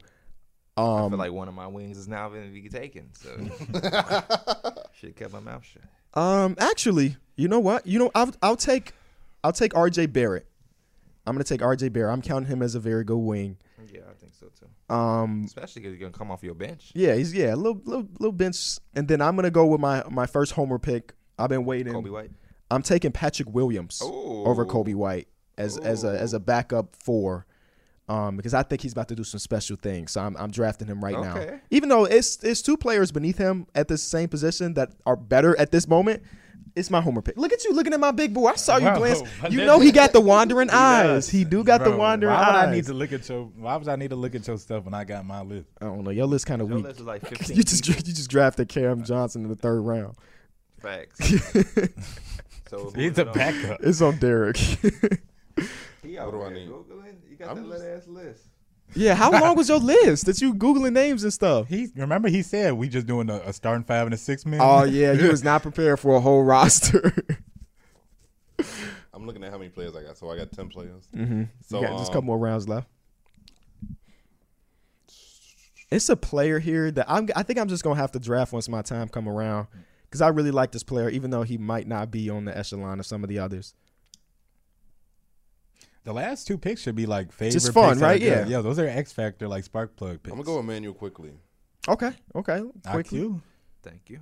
Speaker 2: I
Speaker 1: um,
Speaker 2: feel like one of my wings is now going to be taken, so should kept my mouth shut.
Speaker 1: um, actually, you know what? You know, I'll I'll take I'll take R.J. Barrett. I'm gonna take R.J. Barrett. I'm counting him as a very good wing.
Speaker 2: Yeah, I think so too.
Speaker 1: Um,
Speaker 2: Especially because you're gonna come off your bench.
Speaker 1: yeah, he's yeah, a little little little bench, and then I'm gonna go with my my first homer pick. I've been waiting.
Speaker 2: Kobe White.
Speaker 1: I'm taking Patrick Williams over Kobe White as as a as a backup four, um, because I think he's about to do some special things. So I'm I'm drafting him right now.
Speaker 2: Okay.
Speaker 1: Even though it's it's two players beneath him at the same position that are better at this moment. It's my homer pick. Look at you looking at my big boy. I saw you
Speaker 4: Wow.
Speaker 1: glance.
Speaker 4: My
Speaker 1: You
Speaker 4: bad.
Speaker 1: know he got the wandering eyes.
Speaker 4: does.
Speaker 1: He do got the
Speaker 4: Bro,
Speaker 1: wandering
Speaker 4: why would
Speaker 1: eyes.
Speaker 4: I need to look at your? Why would I need to look at your stuff when I got my list?
Speaker 1: I don't know. Your list kind of
Speaker 2: Your
Speaker 1: weak.
Speaker 2: list is like 15
Speaker 1: You just you just drafted Cam Johnson in the third round.
Speaker 2: facts. so who
Speaker 4: He's
Speaker 2: is
Speaker 4: a
Speaker 2: it on?
Speaker 4: backup.
Speaker 1: It's on Derek.
Speaker 2: He
Speaker 3: What
Speaker 2: out
Speaker 3: do I
Speaker 2: there
Speaker 3: need?
Speaker 2: Googling. You got
Speaker 3: I'm
Speaker 2: that
Speaker 3: just-
Speaker 2: little ass list.
Speaker 1: yeah. How long was your list that you googling names and stuff?
Speaker 4: He remember he said we just doing a, a starting five and a six man.
Speaker 1: Oh yeah, you was not prepared for a whole roster.
Speaker 3: I'm looking at how many players I got. So I got ten players.
Speaker 1: mm-hmm.
Speaker 3: So
Speaker 1: you got just a
Speaker 3: um,
Speaker 1: couple more rounds left. It's a player here that I'm. I think I'm just gonna have to draft once my time come around because I really like this player, even though he might not be on the echelon of some of the others.
Speaker 4: The last two picks should be like favorite.
Speaker 1: Just fun,
Speaker 4: picks out
Speaker 1: right?
Speaker 4: there.
Speaker 1: Yeah.
Speaker 4: yeah. Those are X Factor like spark plug picks.
Speaker 3: I'm gonna go with Manuel quickly.
Speaker 1: Okay, okay, quickly.
Speaker 4: IQ.
Speaker 2: Thank you.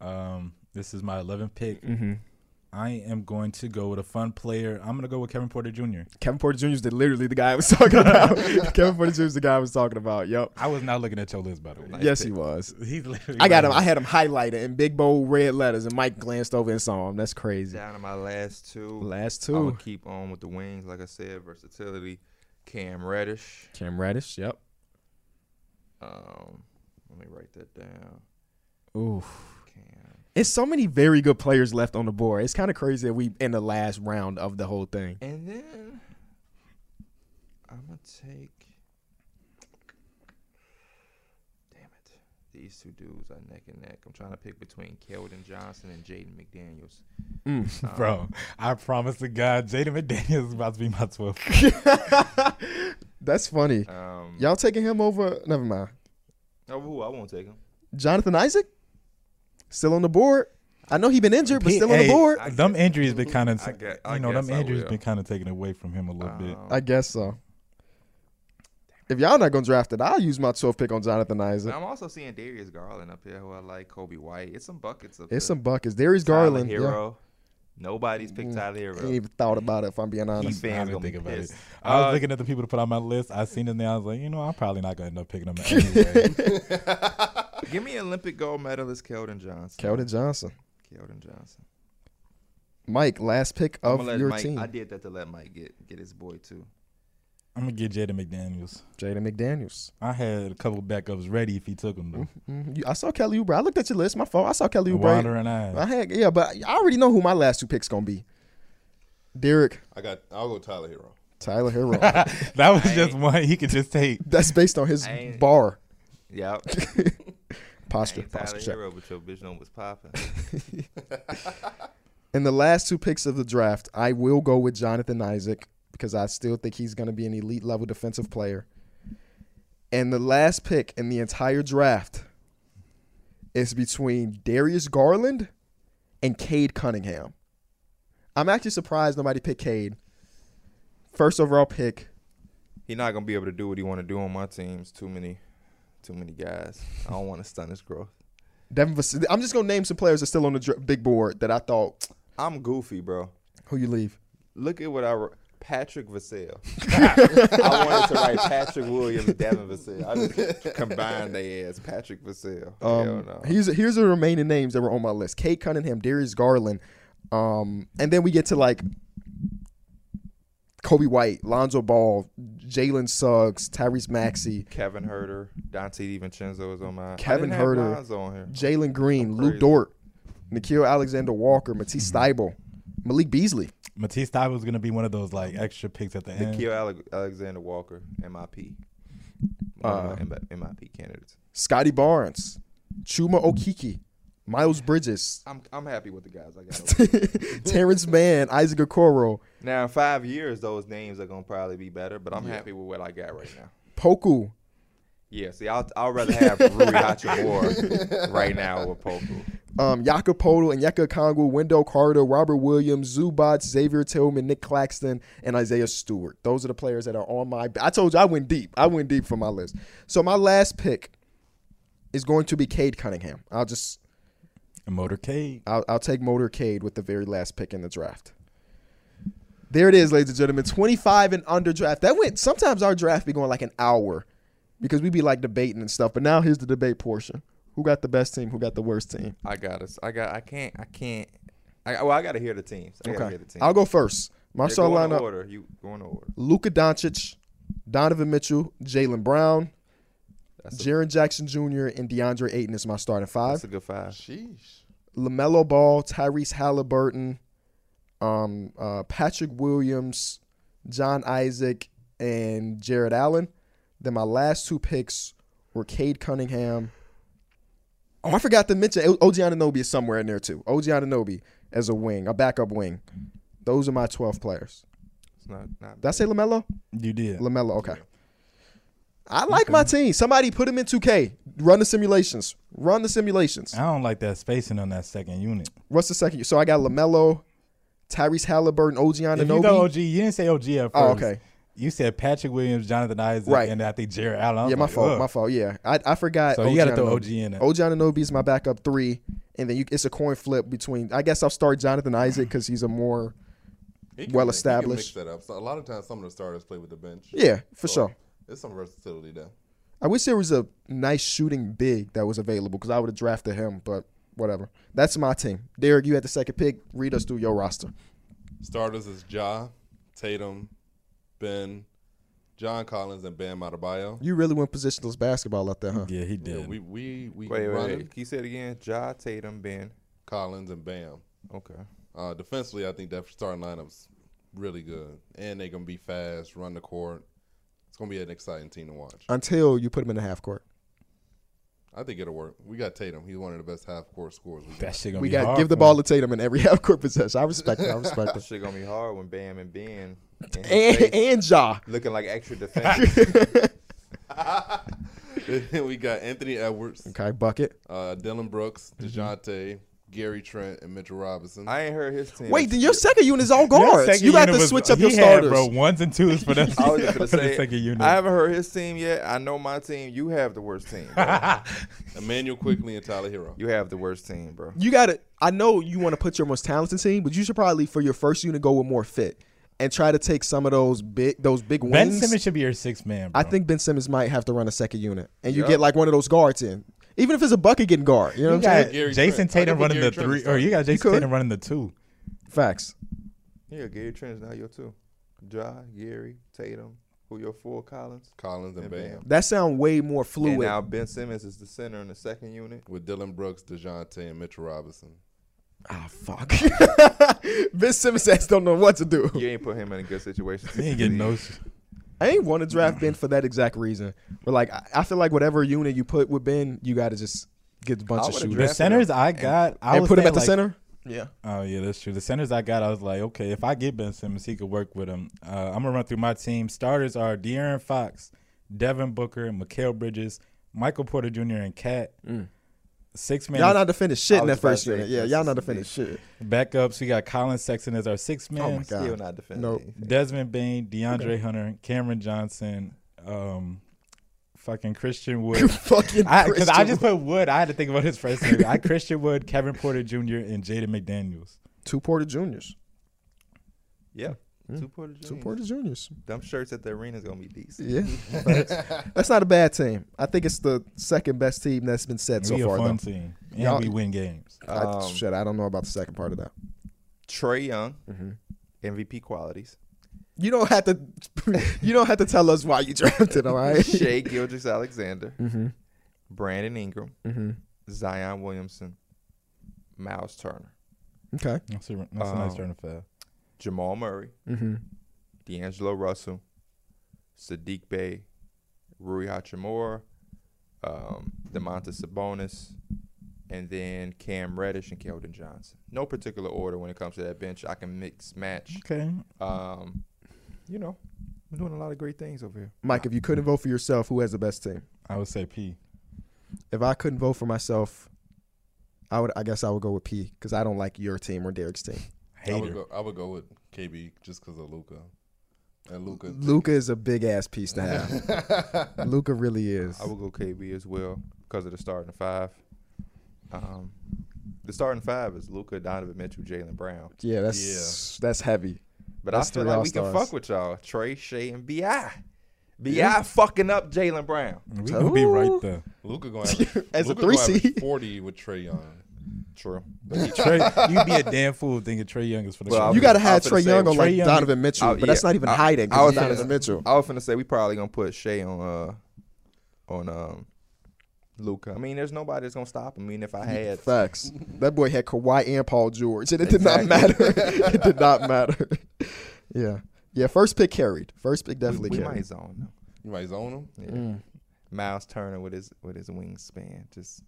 Speaker 4: Um, this is my 11th pick.
Speaker 1: Mm-hmm.
Speaker 4: I am going to go with a fun player. I'm gonna go with Kevin Porter Jr.
Speaker 1: Kevin Porter Jr. is the- literally the guy I was talking about. Kevin Porter Jr. is the guy I was talking about. Yep.
Speaker 4: I was not looking at your list by the way.
Speaker 1: Yes, he was.
Speaker 4: He's literally
Speaker 1: I got him. I had him highlighted in big bold red letters, and Mike glanced over and saw him. That's crazy.
Speaker 2: Down to my last two.
Speaker 1: Last
Speaker 2: I'm gonna
Speaker 1: two.
Speaker 2: keep on with the wings, like I said, versatility. Cam Reddish.
Speaker 1: Cam Reddish. Yep.
Speaker 2: Um, let me write that down.
Speaker 1: Oof.
Speaker 2: Cam.
Speaker 1: It's so many very good players left on the board. It's kind of crazy that we in the last round of the whole thing.
Speaker 2: And then I'm gonna take. Damn it! These two dudes are neck and neck. I'm trying to pick between Keldon Johnson and Jaden McDaniels. Um,
Speaker 4: bro. I promise to God, Jaden McDaniels is about to be my 12th. pick.
Speaker 1: That's funny.
Speaker 2: Um,
Speaker 1: Y'all taking him over? Never mind.
Speaker 2: Oh, who? I won't take him.
Speaker 1: Jonathan Isaac still on the board. I know he been injured, but
Speaker 4: He-
Speaker 1: still on
Speaker 4: hey,
Speaker 1: the board.
Speaker 2: I
Speaker 4: Them
Speaker 2: guess-
Speaker 4: injuries been kind of,
Speaker 2: I gue- I
Speaker 4: you know, them
Speaker 2: guess I
Speaker 4: injuries
Speaker 2: will.
Speaker 4: been kind of taken away from him a little bit.
Speaker 2: Um,
Speaker 1: I guess so. If y'all not gonna draft it, I'll use my 12th pick on Jonathan Isaac.
Speaker 2: I'm also seeing Darius Garland up here, who I like. Kobe White. It's some buckets up.
Speaker 1: It's
Speaker 2: there.
Speaker 1: some buckets. Darius
Speaker 2: Tyler
Speaker 1: Garland. Yeah. Mm,
Speaker 2: Hero. Nobody's picked Tyler
Speaker 1: I
Speaker 2: Hero.
Speaker 1: ain't even thought about it. If I'm being
Speaker 2: He
Speaker 1: honest,
Speaker 4: I didn't
Speaker 2: fans gonna
Speaker 4: think
Speaker 2: be
Speaker 4: about
Speaker 2: pissed.
Speaker 4: it. I was
Speaker 2: Uh,
Speaker 4: looking at the people to put on my list. I seen his name. I was like, you know, I'm probably not gonna end up picking him anyway.
Speaker 2: Give me Olympic gold medalist Keldon Johnson.
Speaker 1: Keldon Johnson,
Speaker 2: Keldon Johnson.
Speaker 1: Mike, last pick
Speaker 2: I'ma
Speaker 1: of
Speaker 2: let
Speaker 1: your
Speaker 2: Mike,
Speaker 1: team,
Speaker 2: I did that to let Mike get get his boy too.
Speaker 4: I'm gonna get Jaden McDaniels.
Speaker 1: Jaden McDaniels.
Speaker 4: I had a couple backups ready if he took him though.
Speaker 1: Mhm. You- I saw Kelly Oubre. I looked at your list. My fault. I saw Kelly Oubre.
Speaker 4: Wandering eyes.
Speaker 1: I had yeah, but I already know who my last two picks gonna be. Derek,
Speaker 3: I got. I'll go Tyler Hero.
Speaker 1: Tyler Hero.
Speaker 4: that was just one he could just take.
Speaker 1: That's based on his
Speaker 2: I ain't-
Speaker 1: bar
Speaker 2: Yep.
Speaker 1: posture. posture
Speaker 2: Ain't Tyler
Speaker 1: check.
Speaker 2: Hero, but your bitch know what's popping.
Speaker 1: In the last two picks of the draft, I will go with Jonathan Isaac because I still think he's going to be an elite level defensive player. And the last pick in the entire draft is between Darius Garland and Cade Cunningham. I'm actually surprised nobody picked Cade. First overall pick.
Speaker 2: He's not gonna be able to do what he want to do on my teams. Too many, too many guys. I don't want to stun his growth.
Speaker 1: Devin Vass- I'm just going to name some players that's still on the dr- big board that I thought,
Speaker 2: I'm goofy, bro.
Speaker 1: who you leave?
Speaker 2: Look at what I wrote. Patrick Vassell. I wanted to write Patrick Williams, Devin Vassell. I just combined their ass. Patrick Vassell. Hell
Speaker 1: Um,
Speaker 2: no.
Speaker 1: Here's here's the remaining names that were on my list: Kate Cunningham, Darius Garland, um, and then we get to like Kobe White, Lonzo Ball, Jalen Suggs, Tyrese Maxey,
Speaker 2: Kevin Herter, Dante DiVincenzo is on my. I
Speaker 1: Kevin
Speaker 2: didn't have
Speaker 1: Herter.
Speaker 2: Lonzo on here.
Speaker 1: Jalen Green,
Speaker 2: That's
Speaker 1: Lou
Speaker 2: crazy. Mm-hmm.
Speaker 1: Dort, Nikhil Alexander Walker, Matisse Steibel, Malik Beasley.
Speaker 4: Matisse Thybulle was gonna be one of those like extra picks at the end.
Speaker 2: Nikhil Ale- Alexander Walker, MIP. One of
Speaker 1: Uh,
Speaker 2: my M- MIP candidates.
Speaker 1: Scotty Barnes, Chuma Okiki, Miles Bridges,
Speaker 2: I'm I'm happy with the guys I got. over there.
Speaker 1: Terrence Mann, Isaac Okoro,
Speaker 2: now in five years, those names are gonna probably be better, but I'm happy with what I got right now.
Speaker 1: Poku,
Speaker 2: Yeah, see, I'll, I'll rather have Rui Hachimura right now with Poku.
Speaker 1: um, Yaka Podol and Yaka Kongu, Wendell Carter, Robert Williams, Zubats, Xavier Tillman, Nick Claxton, and Isaiah Stewart. Those are the players that are on my. I told you I went deep. I went deep for my list. So my last pick is going to be Cade Cunningham. I'll just
Speaker 4: And Motorcade.
Speaker 1: I'll, I'll take Motorcade with the very last pick in the draft. There it is, ladies and gentlemen. 25 and under draft. That went. Sometimes our draft be going like an hour because we be like debating and stuff. But now here's the debate portion. Who got the best team? Who got the worst team?
Speaker 2: I got us. I got. I can't. I can't. I, well, I gotta hear the teams. I gotta
Speaker 1: Okay.
Speaker 2: hear the teams.
Speaker 1: I'll go first. My
Speaker 2: Yeah,
Speaker 1: star
Speaker 2: go in
Speaker 1: lineup:
Speaker 2: Order. You go in order.
Speaker 1: Luka Doncic, Donovan Mitchell, Jalen Brown,
Speaker 2: That's a-
Speaker 1: Jaron Jackson Jr., and DeAndre Ayton is my starting
Speaker 2: That's
Speaker 1: five.
Speaker 2: a good five.
Speaker 3: Sheesh.
Speaker 1: Lamelo Ball, Tyrese Halliburton, um, uh, Patrick Williams, John Isaac, and Jared Allen. Then my last two picks were Cade Cunningham. Oh, I forgot to mention O- OG Ananobi is somewhere in there too. OG Ananobi as a wing, a backup wing. Those are my 12 players.
Speaker 2: It's not. not
Speaker 1: Did I say Lamelo?
Speaker 4: You did.
Speaker 1: Lamelo. Okay. I like my team. Somebody put him in 2K. Run the simulations. Run the simulations.
Speaker 4: I don't like that spacing on that second unit.
Speaker 1: What's the second? So I got Lamelo, Tyrese Halliburton, OG
Speaker 4: If you go
Speaker 1: Ananobi.
Speaker 4: OG, you didn't say OG at first.
Speaker 1: Oh, okay.
Speaker 4: You said Patrick Williams, Jonathan Isaac,
Speaker 1: Right.
Speaker 4: and I think Jared Allen. I was
Speaker 1: Yeah, my
Speaker 4: like,
Speaker 1: fault.
Speaker 4: ugh.
Speaker 1: My fault. Yeah, I, I forgot.
Speaker 4: So you gotta throw
Speaker 1: Ananobi.
Speaker 4: OG in there.
Speaker 1: OG Ananobi is my backup three, and then you, it's a coin flip between. I guess I'll start Jonathan Isaac because he's a more
Speaker 3: He can
Speaker 1: Well
Speaker 3: mi- he can
Speaker 1: established.
Speaker 3: mix that up. So a lot of times, some of the starters play with the bench.
Speaker 1: yeah for
Speaker 3: So
Speaker 1: sure.
Speaker 3: There's some versatility there.
Speaker 1: I wish there was a nice shooting big that was available because I would have drafted him, but whatever. That's my team. Derek, you had the second pick. Read us through your roster.
Speaker 3: Starters is Ja, Tatum, Ben, John Collins, and Bam Adebayo.
Speaker 1: You really went positionless basketball out there, huh?
Speaker 4: Yeah, he
Speaker 3: Yeah,
Speaker 4: did.
Speaker 3: we we we
Speaker 2: Wait, wait,
Speaker 3: running
Speaker 2: wait. Can you say it again? Ja, Tatum, Ben.
Speaker 3: Collins and Bam.
Speaker 2: Okay.
Speaker 3: Uh, defensively, I think that starting lineup's really good, and they're gonna be fast, run the court. It's gonna be an exciting team to watch.
Speaker 1: Until you put him in the half court.
Speaker 3: I think it'll work. We got Tatum. He's one of the best half court scorers. We
Speaker 4: that
Speaker 3: got.
Speaker 4: shit gonna
Speaker 1: We
Speaker 4: be
Speaker 1: got
Speaker 4: hard
Speaker 1: give the
Speaker 4: for
Speaker 1: ball
Speaker 4: him.
Speaker 1: to Tatum in every half court possession. I respect it. I respect
Speaker 2: That
Speaker 1: it.
Speaker 2: shit gonna be hard when Bam and Ben in his
Speaker 1: And,
Speaker 2: face
Speaker 1: and Ja.
Speaker 2: looking like extra defenders.
Speaker 3: we got Anthony Edwards,
Speaker 1: Okay, bucket.
Speaker 3: uh, Dylan Brooks, Dejounte, Gary Trent, and Mitchell Robinson.
Speaker 2: I ain't heard his team.
Speaker 1: Wait, then your second unit is all
Speaker 4: Your
Speaker 1: guards.
Speaker 4: second
Speaker 1: You got
Speaker 4: unit
Speaker 1: to
Speaker 4: was-
Speaker 1: switch up
Speaker 4: he
Speaker 1: your
Speaker 4: had,
Speaker 1: starters.
Speaker 4: bro. Ones and twos for that.
Speaker 2: I was just gonna
Speaker 4: for the
Speaker 2: say,
Speaker 4: second unit.
Speaker 2: I haven't heard his team yet. I know my team. You have the worst team. Bro.
Speaker 3: Emmanuel Quickly and Tyler Hero.
Speaker 2: you have the worst team, bro.
Speaker 1: You got to. I know you want to put your most talented team, but you should probably for your first unit go with more fit and try to take some of those big those big wings.
Speaker 4: ben Simmons should be your sixth man. Bro.
Speaker 1: I think Ben Simmons might have to run a second unit, and you
Speaker 2: Yeah.
Speaker 1: get like one of those guards in, even if it's a bucket getting guard. You know what
Speaker 4: you
Speaker 1: I'm
Speaker 4: got
Speaker 1: saying?
Speaker 3: Gary
Speaker 4: Jason
Speaker 3: Trent. I
Speaker 4: Tatum
Speaker 3: think
Speaker 4: running
Speaker 3: Gary
Speaker 4: the
Speaker 3: Trent
Speaker 4: three,
Speaker 3: is
Speaker 4: or you got Jason
Speaker 1: could.
Speaker 4: Tatum running the two.
Speaker 1: Facts.
Speaker 2: Yeah, Gary Trent's now your two. Ja, Gary, Tatum, who your four Collins.
Speaker 3: Collins and
Speaker 2: And
Speaker 3: Bam.
Speaker 2: Bam.
Speaker 1: That sound way more
Speaker 2: And
Speaker 1: fluid.
Speaker 2: now Ben Simmons is the center in the second unit.
Speaker 3: with Dylan Brooks, Dejounte, and Mitchell Robinson.
Speaker 1: Ah, fuck. ben Simmons ass don't know what to do.
Speaker 2: You ain't put him in a good situation.
Speaker 4: He ain't getting no. s-
Speaker 1: I ain't want to draft Ben for that exact reason. But like, I, I feel like whatever unit you put with Ben, you got to just get a bunch
Speaker 2: I
Speaker 1: of
Speaker 2: would've
Speaker 1: shooters
Speaker 4: The
Speaker 2: Drafted
Speaker 4: centers
Speaker 2: him
Speaker 4: I got, I
Speaker 1: and
Speaker 4: was
Speaker 1: put him at
Speaker 4: saying,
Speaker 1: the
Speaker 4: like,
Speaker 1: center. Yeah.
Speaker 4: Oh yeah, that's true. The centers I got, I was like, okay, if I get Ben Simmons, he could work with him. Uh, I'm gonna run through my team. Starters are De'Aaron Fox, Devin Booker, Mikael Bridges, Michael Porter Jr. and Cat. Six man
Speaker 1: Y'all not defending shit
Speaker 2: I
Speaker 1: in that
Speaker 2: was about to
Speaker 1: first
Speaker 2: say
Speaker 1: unit. Yeah, y'all not defending
Speaker 2: consistency.
Speaker 1: shit.
Speaker 4: backups. We got Colin Sexton as our six man.
Speaker 1: Oh my God.
Speaker 2: Still not defending.
Speaker 1: Nope.
Speaker 2: anything.
Speaker 4: Desmond Bain, DeAndre Hunter, Cameron Johnson, um, fucking Christian Wood.
Speaker 1: Fucking.
Speaker 4: I, cause I
Speaker 1: Christian.
Speaker 4: just put Wood. I had to think about his first name. I Christian Wood, Kevin Porter Jr., and Jaden McDaniels.
Speaker 1: two Porter Juniors.
Speaker 2: Yep. Two Porter Juniors.
Speaker 1: Hmm. Two Porter Juniors.
Speaker 2: Them shirts at the arena is gonna be decent.
Speaker 1: Yeah, that's not a bad team. I think it's the second best team that's been said so
Speaker 4: we
Speaker 1: far.
Speaker 4: a
Speaker 1: though.
Speaker 4: fun team, and
Speaker 1: Y'all-
Speaker 4: we win games.
Speaker 1: I,
Speaker 2: Um,
Speaker 1: shit, I don't know about the second part of that.
Speaker 2: Trey Young,
Speaker 1: Mm-hmm.
Speaker 2: MVP qualities.
Speaker 1: You don't have to. you don't have to tell us why you drafted. All right.
Speaker 2: Shea Gilgis Alexander,
Speaker 1: Mhm.
Speaker 2: Brandon Ingram,
Speaker 1: Mhm.
Speaker 2: Zion Williamson, Miles Turner,
Speaker 1: Okay.
Speaker 4: That's a, that's a nice
Speaker 2: Um,
Speaker 4: turn of fail.
Speaker 2: Jamal Murray,
Speaker 1: Mm-hmm.
Speaker 2: D'Angelo Russell, Sadiq Bey, Rui Hachimura, um, Demontis Sabonis, and then Cam Reddish and Keldon Johnson. No particular order when it comes to that bench. I can mix match.
Speaker 4: Okay,
Speaker 2: Um, you know, I'm doing a lot of great things over here.
Speaker 1: Mike, if you couldn't vote for yourself, who has the best team?
Speaker 4: I would say P.
Speaker 1: If I couldn't vote for myself, I would. I guess I would go with P because I don't like your team or Derek's team.
Speaker 3: I would,
Speaker 4: Hater.
Speaker 3: go, I would go with KB just because of Luca. And Luca,
Speaker 1: Luca is a big ass piece to have. Luca really is.
Speaker 2: I would go KB as well because of the starting five. Um, the starting five is Luca, Donovan Mitchell, Jalen Brown.
Speaker 1: Yeah, that's that's heavy.
Speaker 2: But
Speaker 1: That's
Speaker 2: I feel
Speaker 1: three
Speaker 2: like we can
Speaker 1: All-Stars.
Speaker 2: fuck with y'all. Trey, Shea, and Bi. Bi fucking up Jalen Brown.
Speaker 4: We gonna be right there.
Speaker 3: Luca going to
Speaker 1: As a three-seed.
Speaker 3: forty with Trey Young.
Speaker 2: True.
Speaker 4: Trey, you be a damn fool thinking Trey Young is for the.
Speaker 2: Well, I
Speaker 4: Well,
Speaker 1: You
Speaker 2: was-
Speaker 1: got to
Speaker 2: I
Speaker 1: have
Speaker 2: was finna
Speaker 1: Trey
Speaker 2: say,
Speaker 1: Young on
Speaker 4: Trey
Speaker 1: like
Speaker 4: Young-
Speaker 1: Donovan Mitchell,
Speaker 2: Oh,
Speaker 1: but that's
Speaker 2: yeah.
Speaker 1: not even
Speaker 2: I-
Speaker 1: hiding. 'cause
Speaker 2: I was
Speaker 1: it's
Speaker 2: finna-
Speaker 1: Donovan Mitchell.
Speaker 2: I was finna say we probably gonna put Shea on uh on um Luca. I mean, there's nobody that's gonna stop him. I mean, if I had
Speaker 1: Facts. That boy had Kawhi and Paul George, and it did not matter.
Speaker 2: Exactly.
Speaker 1: it did not matter. yeah, yeah. First pick carried. First pick
Speaker 2: we,
Speaker 1: definitely Mm.
Speaker 2: we
Speaker 1: carried.
Speaker 2: might zone
Speaker 3: You might zone him.
Speaker 2: him. Yeah. Miles Turner with his with his wingspan, just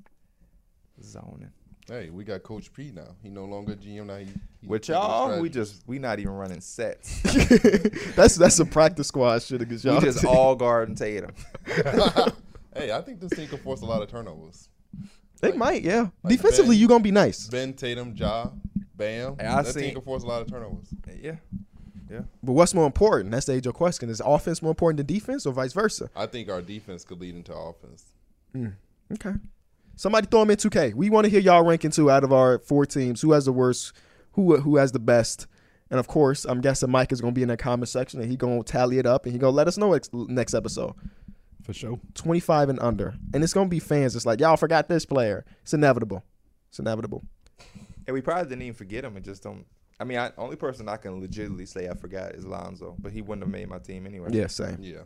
Speaker 2: zoning.
Speaker 3: Hey, we got Coach P now. He no longer GM now. He, he
Speaker 2: With
Speaker 3: taking the
Speaker 2: y'all, we
Speaker 3: strategy.
Speaker 2: just we not even running sets.
Speaker 1: that's that's a practice squad shit against
Speaker 2: we
Speaker 1: y'all.
Speaker 2: just
Speaker 1: team.
Speaker 2: all guard and Tatum.
Speaker 3: hey, I think this team can force a lot of turnovers.
Speaker 1: they
Speaker 3: like-
Speaker 1: might, yeah.
Speaker 3: like
Speaker 1: Defensively,
Speaker 3: Ben.
Speaker 1: you gonna be nice,
Speaker 3: Ben Tatum, Ja, Bam.
Speaker 2: Hey, I
Speaker 3: that
Speaker 2: seen-
Speaker 3: team can force a lot of turnovers.
Speaker 2: yeah, yeah.
Speaker 1: but what's more important? That's the age of question. Is offense more important than defense, or vice versa?
Speaker 3: I think our defense could lead into offense.
Speaker 1: Okay. Somebody throw them in 2K. We want to hear y'all ranking two out of our four teams. Who has the worst? Who who has the best? And of course, I'm guessing Mike is gonna be in the comment section and he gonna tally it up and he gonna let us know ex- next episode.
Speaker 4: For sure.
Speaker 1: 25 and under. And it's gonna be fans. It's like y'all forgot this player. It's inevitable. It's inevitable.
Speaker 2: And we probably didn't even forget him and just don't. I mean, I only person I can legitimately say I forgot is Lonzo, but he wouldn't have made my team anyway.
Speaker 1: Yeah, same.
Speaker 3: Yeah.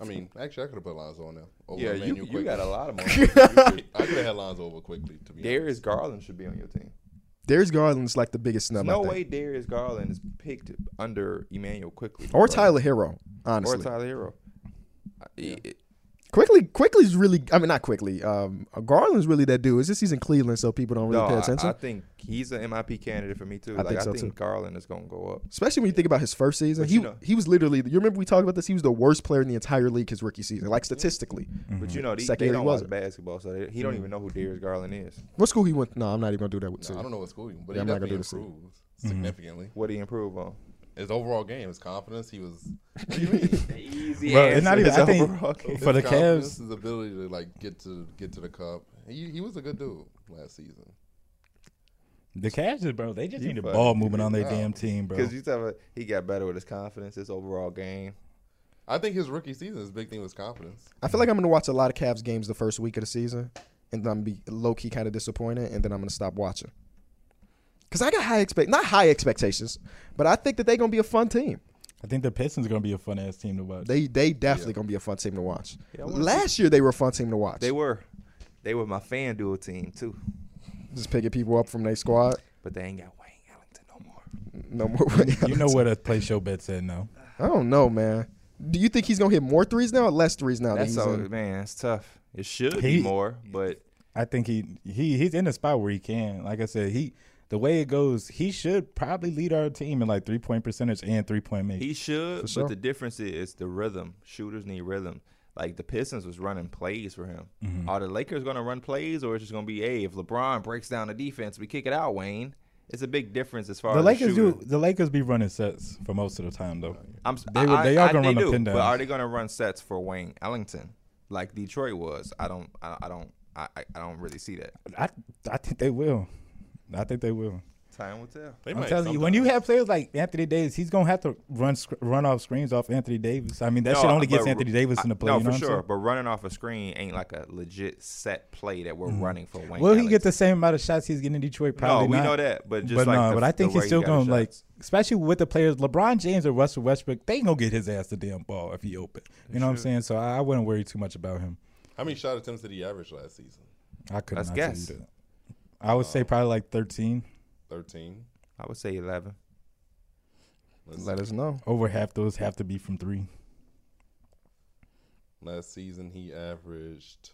Speaker 3: I mean, actually, I could have put Lonzo on there. Over
Speaker 2: yeah. You,
Speaker 3: Emmanuel
Speaker 2: you
Speaker 3: quickly.
Speaker 2: got a lot of money.
Speaker 3: I could have had Lonzo over quickly, to be
Speaker 2: Darius Garland should be on your team.
Speaker 1: Darius Garland's like the biggest snub.
Speaker 2: There's
Speaker 1: I
Speaker 2: no
Speaker 1: think.
Speaker 2: way Darius Garland is picked under Emmanuel quickly
Speaker 1: Or
Speaker 2: bro.
Speaker 1: Tyler Hero,
Speaker 2: or
Speaker 1: honestly.
Speaker 2: Tyler Hero. I- it-
Speaker 1: Quickly, quickly's really. I mean, not quickly. Um, Garland's really that dude. It's just he's in Cleveland, so people don't really
Speaker 2: no,
Speaker 1: pay
Speaker 2: I-
Speaker 1: attention.
Speaker 2: I, think he's an MIP candidate for me too.
Speaker 1: I
Speaker 2: like
Speaker 1: think
Speaker 2: I
Speaker 1: so,
Speaker 2: think
Speaker 1: too.
Speaker 2: Garland is gonna go up.
Speaker 1: Especially when you think about his first season,
Speaker 2: But
Speaker 1: he
Speaker 2: you know-
Speaker 1: he was literally. You remember we talked about this? He was the worst player in the entire league his rookie season, like statistically.
Speaker 2: But you know, they,
Speaker 1: Second
Speaker 2: they
Speaker 1: year
Speaker 2: don't
Speaker 1: he
Speaker 2: watch
Speaker 1: wasn't.
Speaker 2: basketball, so they, he don't even know who Darius Garland is.
Speaker 1: What school he went? No, I'm not even gonna do that. With
Speaker 3: honest. No, I don't know what school, he- but
Speaker 1: Yeah, I'm
Speaker 3: he
Speaker 1: not gonna
Speaker 3: definitely
Speaker 1: do Mm-hmm. this either.
Speaker 3: improved significantly.
Speaker 2: What he improve on?
Speaker 3: His overall game, his confidence, he was. What do you mean?
Speaker 2: Easy.
Speaker 4: Bro, it's not even. I
Speaker 2: overall game.
Speaker 4: think for the
Speaker 3: His confidence,
Speaker 4: Cavs,
Speaker 3: his ability to like get to get to the cup. He, he was a good dude last season.
Speaker 4: the Cavs, just, bro, they just
Speaker 2: You
Speaker 4: need a
Speaker 2: fuck-
Speaker 4: ball movement on their
Speaker 3: no.
Speaker 4: damn team, bro.
Speaker 2: Because you tell me he got better with his confidence, his overall game.
Speaker 3: I think his rookie season, his big thing was confidence.
Speaker 1: I feel like I'm gonna watch a lot of Cavs games the first week of the season, and then I'm gonna be low key kind of disappointed, and then I'm gonna stop watching. Cause I got high expect, not high expectations, but I think that they're gonna be a fun team.
Speaker 4: I think the Pistons are gonna be a fun ass team to watch.
Speaker 1: They they definitely gonna be a fun team to watch.
Speaker 2: Yeah, I wanna
Speaker 1: Last year they were a fun team to watch.
Speaker 2: They were, they were my fan duel team too,
Speaker 1: just picking people up from their squad.
Speaker 2: but they ain't got Wayne Ellington no
Speaker 1: No
Speaker 2: more.
Speaker 1: more. Way
Speaker 4: you know where to place your bets at now.
Speaker 1: I don't know, man. Do you think he's gonna hit more threes now or less threes now?
Speaker 2: That's
Speaker 1: that he's
Speaker 2: all,
Speaker 1: in?
Speaker 2: man. It's tough. It should
Speaker 4: He-
Speaker 2: be more, but
Speaker 4: I think he he he's in a spot where he can. Like I said, he the way it goes, he should probably lead our team in like three point percentage and three point make.
Speaker 2: he should.
Speaker 1: sure.
Speaker 2: But the difference is the rhythm. Shooters need rhythm. Like the Pistons was running plays for him.
Speaker 4: Mm-hmm.
Speaker 2: Are the Lakers going to run plays, or it's just going to be, hey, if LeBron breaks down the defense, we kick it out, Wayne. It's a big difference as far
Speaker 4: The
Speaker 2: as
Speaker 4: Lakers
Speaker 2: shooter. Oh,
Speaker 4: do. The Lakers be running sets for most of the time though.
Speaker 2: I'm, s-
Speaker 4: They were-
Speaker 2: I-
Speaker 4: they
Speaker 2: I-
Speaker 4: are
Speaker 2: I-
Speaker 4: gonna run
Speaker 2: they
Speaker 4: the
Speaker 2: do,
Speaker 4: pin
Speaker 2: But
Speaker 4: downs.
Speaker 2: are they going to run sets for Wayne Ellington like Detroit was? I don't. I, I don't. I, I- I don't really see that.
Speaker 4: I I think they will. I think they will.
Speaker 2: Time will tell.
Speaker 3: They
Speaker 4: I'm
Speaker 3: might
Speaker 4: telling you, when you
Speaker 3: sometimes.
Speaker 4: have players like Anthony Davis, he's gonna have to run sc- run off screens off Anthony Davis. I mean, that
Speaker 2: No,
Speaker 4: shit only
Speaker 2: but
Speaker 4: gets
Speaker 2: r-
Speaker 4: Anthony Davis in the
Speaker 2: I-
Speaker 4: play.
Speaker 2: No,
Speaker 4: you know
Speaker 2: for
Speaker 4: what I'm
Speaker 2: sure.
Speaker 4: saying?
Speaker 2: But running off a screen ain't like a legit set play that we're running for Wayne.
Speaker 4: Mm-hmm. Will he get
Speaker 2: Ellington.
Speaker 4: the same amount of shots he's getting in Detroit? Probably
Speaker 2: No, we
Speaker 4: not.
Speaker 2: know that, but just
Speaker 4: but
Speaker 2: like
Speaker 4: no,
Speaker 2: the-
Speaker 4: but I think
Speaker 2: the
Speaker 4: he's
Speaker 2: way
Speaker 4: still
Speaker 2: he got
Speaker 4: gonna
Speaker 2: his
Speaker 4: like,
Speaker 2: shots.
Speaker 4: especially with the players LeBron James or Russell Westbrook, they ain't gonna get his ass the damn ball if he open. You know what I'm saying? So I, I wouldn't worry too much about him.
Speaker 3: How many shot attempts did he average last season?
Speaker 4: I could
Speaker 2: Let's
Speaker 4: not tell you
Speaker 2: guess. Uh.
Speaker 4: that. I would say probably like 13,
Speaker 3: Thirteen.
Speaker 2: I would say eleven.
Speaker 3: Let's
Speaker 1: Let us know.
Speaker 4: over half those have to be from three.
Speaker 3: Last season he averaged.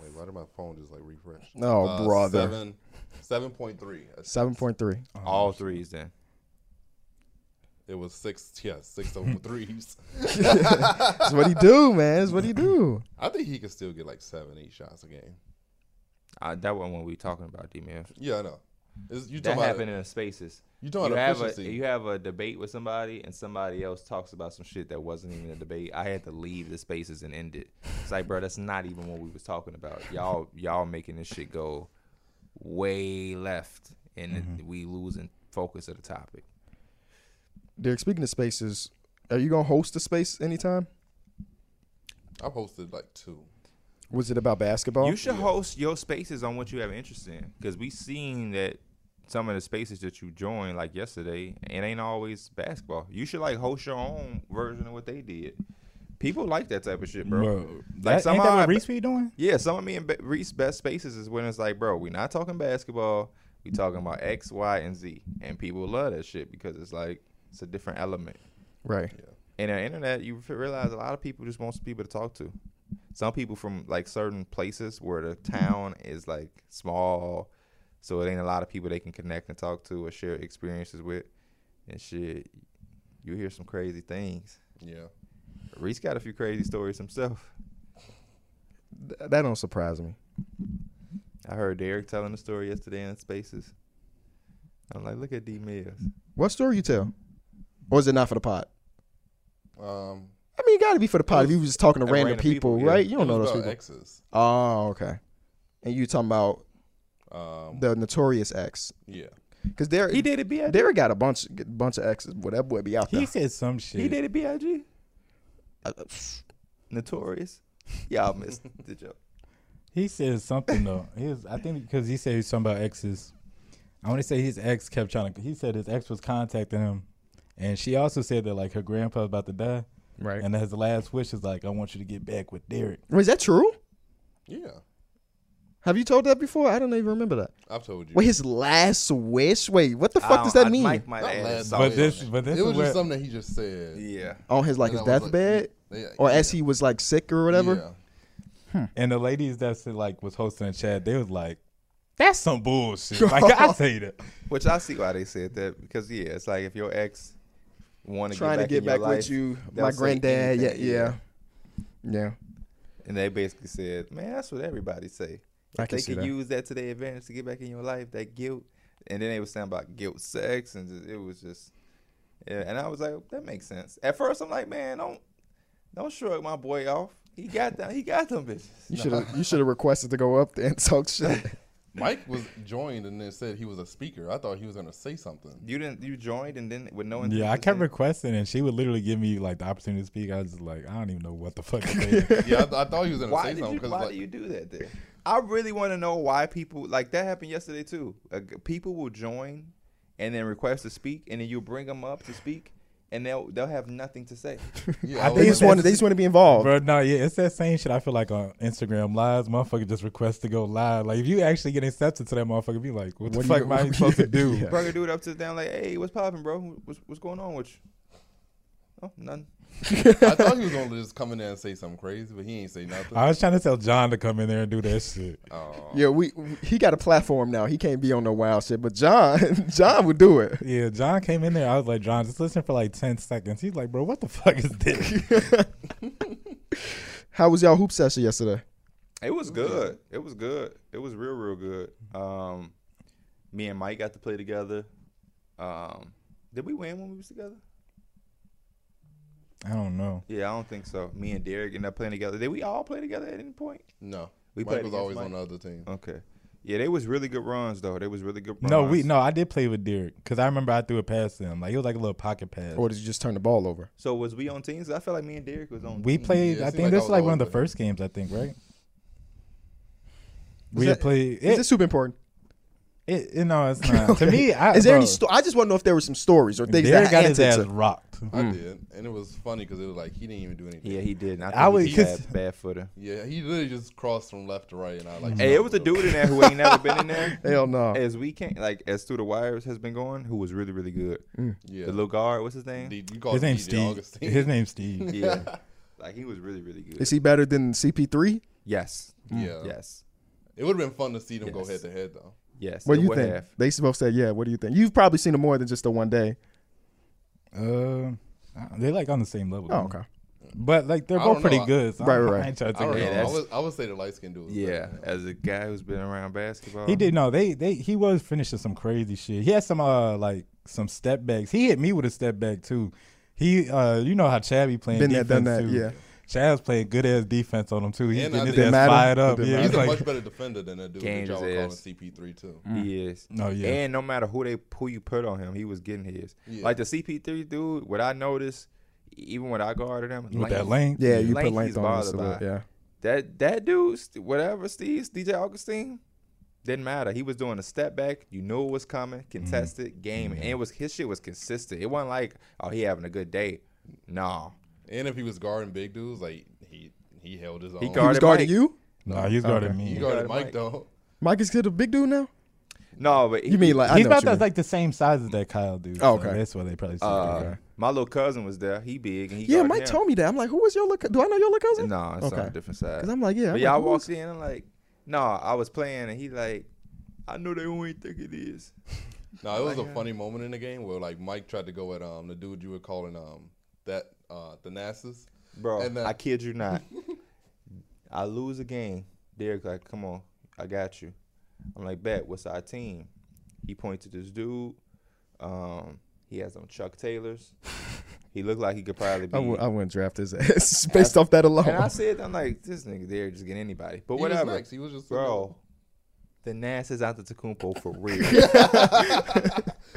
Speaker 3: Wait, why did my phone just like refresh? Uh,
Speaker 1: Oh,
Speaker 2: uh,
Speaker 1: brother.
Speaker 3: Seven, seven point three.
Speaker 1: Seven point three.
Speaker 4: Oh,
Speaker 2: All threes then.
Speaker 3: It was six. Yeah, six oh over threes.
Speaker 1: That's what he do, man. That's what he do.
Speaker 3: I think he could still get like seven, eight shots a game.
Speaker 2: I, that wasn't what we were talking about, D man.
Speaker 3: Yeah, I know. It's, you
Speaker 2: That
Speaker 3: talking
Speaker 2: happened
Speaker 3: about?
Speaker 2: in the spaces.
Speaker 3: You talking about
Speaker 2: have a
Speaker 3: efficiency.
Speaker 2: you have a debate with somebody and somebody else talks about some shit that wasn't even a debate. I had to leave the spaces and end it. It's like, bro, that's not even what we was talking about. Y'all y'all making this shit go way left and it- we losing focus of the topic.
Speaker 1: Derek, speaking of spaces, are you gonna host a space anytime?
Speaker 3: I posted like two.
Speaker 1: Was it about basketball?
Speaker 2: You should host your spaces on what you have interest in, because we seen that some of the spaces that you joined, like yesterday, it ain't always basketball. You should like host your own version of what they did. People like that type of shit, bro.
Speaker 4: that,
Speaker 2: some
Speaker 4: ain't that
Speaker 2: are-
Speaker 4: what Reese be doing?
Speaker 2: Yeah, some of me and Be- Reese's best spaces is when it's like, bro, we not talking basketball. We talking about X, Y, and Z, and people love that shit because it's like it's a different element.
Speaker 1: Right.
Speaker 2: And the internet, you f- realize a lot of people just want some people to talk to. some people from like certain places where the town is like small, so it ain't a lot of people they can connect and talk to or share experiences with, and shit. You hear some crazy things.
Speaker 3: Yeah.
Speaker 2: Reese got a few crazy stories himself.
Speaker 1: Th- that don't surprise me.
Speaker 2: I heard Derek telling the story yesterday in Spaces. I'm like, look at D Mills.
Speaker 1: What story you tell, or is it not for the pod?
Speaker 3: Um,
Speaker 1: I mean, it got to be for the pod. if
Speaker 3: was-
Speaker 1: you was just talking to
Speaker 2: and
Speaker 1: random,
Speaker 2: random
Speaker 1: people,
Speaker 2: people, yeah.
Speaker 1: right? You don't
Speaker 3: it
Speaker 1: know
Speaker 3: was
Speaker 1: those people.
Speaker 3: about exes.
Speaker 1: Oh, okay. And you talking about
Speaker 3: Um,
Speaker 1: the notorious ex?
Speaker 3: yeah.
Speaker 1: Because Derek,
Speaker 2: He did it, B.I.G.
Speaker 1: Derek got a bunch, bunch of exes. Boy, that boy be out
Speaker 4: He
Speaker 1: there.
Speaker 4: said some shit.
Speaker 2: He did it, B.I.G.
Speaker 1: Uh, uh, pff.
Speaker 2: Notorious. Y'all missed the joke.
Speaker 4: He said something though. He was, I think because he said he's something about exes. I want to say his ex kept trying to. He said his ex was contacting him, and she also said that like her grandpa was about to die,
Speaker 1: Right.
Speaker 4: and his last wish is like, "I want you to get back with Derek."
Speaker 1: Was that true?
Speaker 3: Yeah.
Speaker 1: Have you told that before? I don't even remember that.
Speaker 3: I've told you.
Speaker 1: Wait, his last wish? Wait, what the fuck does
Speaker 2: I-
Speaker 1: that
Speaker 2: I-
Speaker 1: mean?
Speaker 2: Mike might
Speaker 3: Not
Speaker 2: add
Speaker 3: last
Speaker 2: something.
Speaker 4: But this- but this
Speaker 3: it
Speaker 4: is
Speaker 3: was
Speaker 4: where-
Speaker 3: just something that he just said.
Speaker 2: yeah.
Speaker 1: On his like
Speaker 3: And
Speaker 1: his
Speaker 3: I was like,
Speaker 1: deathbed,
Speaker 3: yeah,
Speaker 1: or
Speaker 3: yeah,
Speaker 1: as he was like sick or whatever.
Speaker 3: yeah.
Speaker 4: And the ladies that said, like was hosting a chat, they was like, "That's some bullshit." Like I tell you that.
Speaker 2: Which I see why they said that because yeah, it's like if your ex want to
Speaker 1: Trying to get
Speaker 2: in your
Speaker 1: back
Speaker 2: life,
Speaker 1: with you,
Speaker 2: they'll
Speaker 1: my
Speaker 2: say
Speaker 1: granddad. Yeah,
Speaker 2: anything,
Speaker 1: yeah, yeah.
Speaker 2: and they basically said, man, that's what everybody say.
Speaker 1: I
Speaker 2: If
Speaker 1: can
Speaker 2: they
Speaker 1: see
Speaker 2: can
Speaker 1: that.
Speaker 2: use that to their advantage to get back in your life. That guilt, and then they were saying about guilt, sex, and just, it was just, yeah. And I was like, that makes sense. At first, I'm like, man, don't don't shrug my boy off. He got them. He got them bitches.
Speaker 1: You should have you should have requested to go up there and talk shit.
Speaker 3: Mike was joined and then said he was a speaker. I thought he was going to say something.
Speaker 2: You didn't. You joined and then with no.
Speaker 4: Yeah, I
Speaker 2: intentions
Speaker 4: kept
Speaker 2: to-
Speaker 4: requesting, and she would literally give me like the opportunity to speak. I was just like, I don't even know what the fuck. to say.
Speaker 3: Yeah, I, th- I thought he was going to
Speaker 2: Why
Speaker 3: say
Speaker 2: did
Speaker 3: something
Speaker 2: you?
Speaker 3: because
Speaker 2: Why
Speaker 3: like,
Speaker 2: do you do that? Then I really want to know why people like that happened yesterday too. Uh, g- people will join and then request to speak, and then you bring them up to speak, and they'll they'll have nothing to say.
Speaker 3: yeah,
Speaker 4: I
Speaker 3: was
Speaker 1: they just
Speaker 3: like,
Speaker 1: want they just want to be involved.
Speaker 4: Bro, no, yeah, it's that same shit. I feel like on Instagram lives, motherfucker just request to go live. Like if you actually get accepted to that motherfucker, be like, what the
Speaker 1: What do
Speaker 4: fuck
Speaker 1: you-
Speaker 4: am I supposed to do?
Speaker 1: Yeah.
Speaker 2: Bro, I could do it up to down like, hey, what's popping, bro? What's what's going on with you? Oh, nothing.
Speaker 3: I thought he was going to just come in there and say something crazy, but he ain't say nothing.
Speaker 4: I was trying to tell John to come in there and do that shit.
Speaker 3: Oh.
Speaker 1: Yeah, we he got a platform now. He can't be on no wild shit. But John, John would do it.
Speaker 4: Yeah, John came in there. I was like, John, just listen for like ten seconds. He's like, bro, what the fuck is this?
Speaker 1: How was y'all hoop session yesterday?
Speaker 2: It was good. It was good. It was real, real good. Um, me and Mike got to play together. Um, did we win when we was together?
Speaker 4: I don't know.
Speaker 2: Yeah, I don't think so. Me and Derek ended up playing together. Did we all play together at any point?
Speaker 3: No.
Speaker 2: We
Speaker 3: Mike
Speaker 2: played
Speaker 3: was
Speaker 2: against
Speaker 3: always
Speaker 2: Mike.
Speaker 3: on the other team.
Speaker 2: Okay. Yeah, they was really good runs though. They was really good runs.
Speaker 4: No, we no, I did play with Derek because I remember I threw a pass to him. Like it was like a little pocket pass.
Speaker 1: Or did you just turn the ball over?
Speaker 2: So was we on teams? I felt like me and Derek was on.
Speaker 4: We played.
Speaker 3: Yeah, it
Speaker 4: I
Speaker 3: seemed
Speaker 4: think
Speaker 3: like I
Speaker 4: this
Speaker 3: was
Speaker 4: is like one of the
Speaker 3: always there.
Speaker 4: first games. I think right. we
Speaker 1: that-
Speaker 4: had played.
Speaker 1: Is
Speaker 4: It,
Speaker 1: this super important?
Speaker 4: it, it, no, it's not. Uh, To me, I,
Speaker 1: Is there
Speaker 4: bro,
Speaker 1: any? Sto- I just want to know if there were some stories or things
Speaker 4: Derek
Speaker 1: that
Speaker 4: got his
Speaker 1: answered
Speaker 4: ass
Speaker 1: to.
Speaker 4: rocked.
Speaker 3: I did. And it was funny because it was like he didn't even do anything.
Speaker 2: Hmm. Yeah, he did. I,
Speaker 4: I
Speaker 2: think
Speaker 4: was-
Speaker 2: he was
Speaker 4: cause-
Speaker 2: bad, bad footer.
Speaker 3: Yeah, he literally just crossed from left to right, and I like.
Speaker 2: Hey, it was a dude in there who ain't never been in there.
Speaker 1: Hell no.
Speaker 2: As we can't like as through the wires has been going, who was really really good.
Speaker 1: Mm.
Speaker 3: Yeah,
Speaker 2: The little guard, what's his name?
Speaker 3: D- you call
Speaker 4: His
Speaker 3: him
Speaker 4: name's
Speaker 3: DJ
Speaker 4: Steve.
Speaker 3: Oh, Augustine.
Speaker 4: His name's Steve.
Speaker 2: yeah, like he was really really good.
Speaker 1: Is he better than CP3?
Speaker 2: yes,
Speaker 3: Yeah.
Speaker 2: yes,
Speaker 3: It would have been fun to see them go
Speaker 2: Hmm. Yes.
Speaker 3: head to head though.
Speaker 2: yes.
Speaker 1: What do
Speaker 2: It
Speaker 1: you
Speaker 2: would
Speaker 1: think?
Speaker 2: have.
Speaker 1: They supposed to say, yeah. What do you think? You've probably seen him more than just the one day.
Speaker 4: Uh, they're like on the same level.
Speaker 1: Oh, okay.
Speaker 4: But like they're
Speaker 3: I
Speaker 4: both
Speaker 3: don't
Speaker 4: pretty
Speaker 3: know. Oh,
Speaker 4: good. So
Speaker 1: Right,
Speaker 4: I-
Speaker 1: right,
Speaker 4: I ain't trying to
Speaker 3: I
Speaker 4: take
Speaker 3: don't
Speaker 4: it.
Speaker 2: Yeah,
Speaker 3: know. I
Speaker 2: that's-
Speaker 3: would, I would say the light skinned dude. Was
Speaker 2: Yeah,
Speaker 3: better.
Speaker 2: as a guy who's been around basketball,
Speaker 4: He did no. They they he was finishing some crazy shit. He had some uh like some step backs. He hit me with a step back too. He uh you know how Chad be playing
Speaker 1: Been there,
Speaker 4: defense
Speaker 1: done that,
Speaker 4: too.
Speaker 1: yeah.
Speaker 4: Chad's playing good ass defense on him too. He's
Speaker 3: And I
Speaker 4: getting his
Speaker 3: think-
Speaker 4: ass
Speaker 1: Didn't
Speaker 4: fired
Speaker 1: matter.
Speaker 4: up.
Speaker 1: Didn't
Speaker 4: Yeah,
Speaker 3: He's
Speaker 4: he's
Speaker 3: a
Speaker 4: like
Speaker 3: much better defender than that dude that
Speaker 2: Gained
Speaker 3: y'all
Speaker 2: his
Speaker 3: were calling
Speaker 2: ass.
Speaker 3: CP3 too.
Speaker 2: He
Speaker 1: Mm.
Speaker 2: is.
Speaker 4: No, oh, yeah.
Speaker 2: And no matter who they who you put on him, he was getting his.
Speaker 3: Yeah.
Speaker 2: Like the CP3 dude, what I noticed, even when I guarded him,
Speaker 4: with that length.
Speaker 1: Yeah, you put length
Speaker 2: Lanky's
Speaker 1: on this.
Speaker 2: bothered by it.
Speaker 1: Yeah.
Speaker 2: That that dude, st- whatever Steve, DJ Augustine, didn't matter. He was doing a step back. You knew it was coming.
Speaker 1: Mm-hmm.
Speaker 2: Contested game, and it was his shit was consistent. It wasn't like oh he having a good day. No,
Speaker 3: And if he was guarding big dudes, like he he held his own.
Speaker 1: He was
Speaker 2: guarded
Speaker 1: guarding
Speaker 2: Mike.
Speaker 1: you?
Speaker 4: No, he's guarding
Speaker 1: Okay.
Speaker 3: He
Speaker 4: me.
Speaker 3: guarded Mike though.
Speaker 1: Mike is still a big dude now?
Speaker 2: No, but he,
Speaker 1: You mean like I
Speaker 4: He's
Speaker 1: know
Speaker 4: about
Speaker 1: what you
Speaker 4: that's
Speaker 1: mean.
Speaker 4: like the same size as that Kyle dude.
Speaker 1: Oh,
Speaker 4: so
Speaker 1: okay.
Speaker 4: that's why they probably.
Speaker 2: uh,
Speaker 4: Uh,
Speaker 2: my little cousin was there. He big and he
Speaker 1: Yeah,
Speaker 2: guarded
Speaker 1: Mike
Speaker 2: him.
Speaker 1: told me that. I'm like, who was your little? cou- Do I know your little cousin?
Speaker 2: No, it's on
Speaker 1: Okay.
Speaker 2: a different side.
Speaker 1: Cause I'm like, yeah. I'm
Speaker 2: But
Speaker 1: like,
Speaker 2: y'all
Speaker 1: who
Speaker 2: walks
Speaker 1: was-
Speaker 2: in and like, no, I was playing and he like, I know they won't think it is.
Speaker 3: No, it was
Speaker 2: Like,
Speaker 3: a
Speaker 2: uh,
Speaker 3: funny moment in the game where like Mike tried to go at um the dude you were calling um that uh the Nassus.
Speaker 2: Bro,
Speaker 3: And, uh,
Speaker 2: I kid you not. I lose a game. Derek's like, come on, I got you. I'm like, bet, what's our team? He points to this dude. Um, he has on Chuck Taylors. he looked like he could probably be.
Speaker 1: I, w- I wouldn't draft his ass based off that alone.
Speaker 2: and I said, I'm like, this nigga Derek just get anybody. But
Speaker 3: He was
Speaker 2: whatever.
Speaker 3: next. He was just
Speaker 2: Bro, the Nas is out the Tacumpo for real.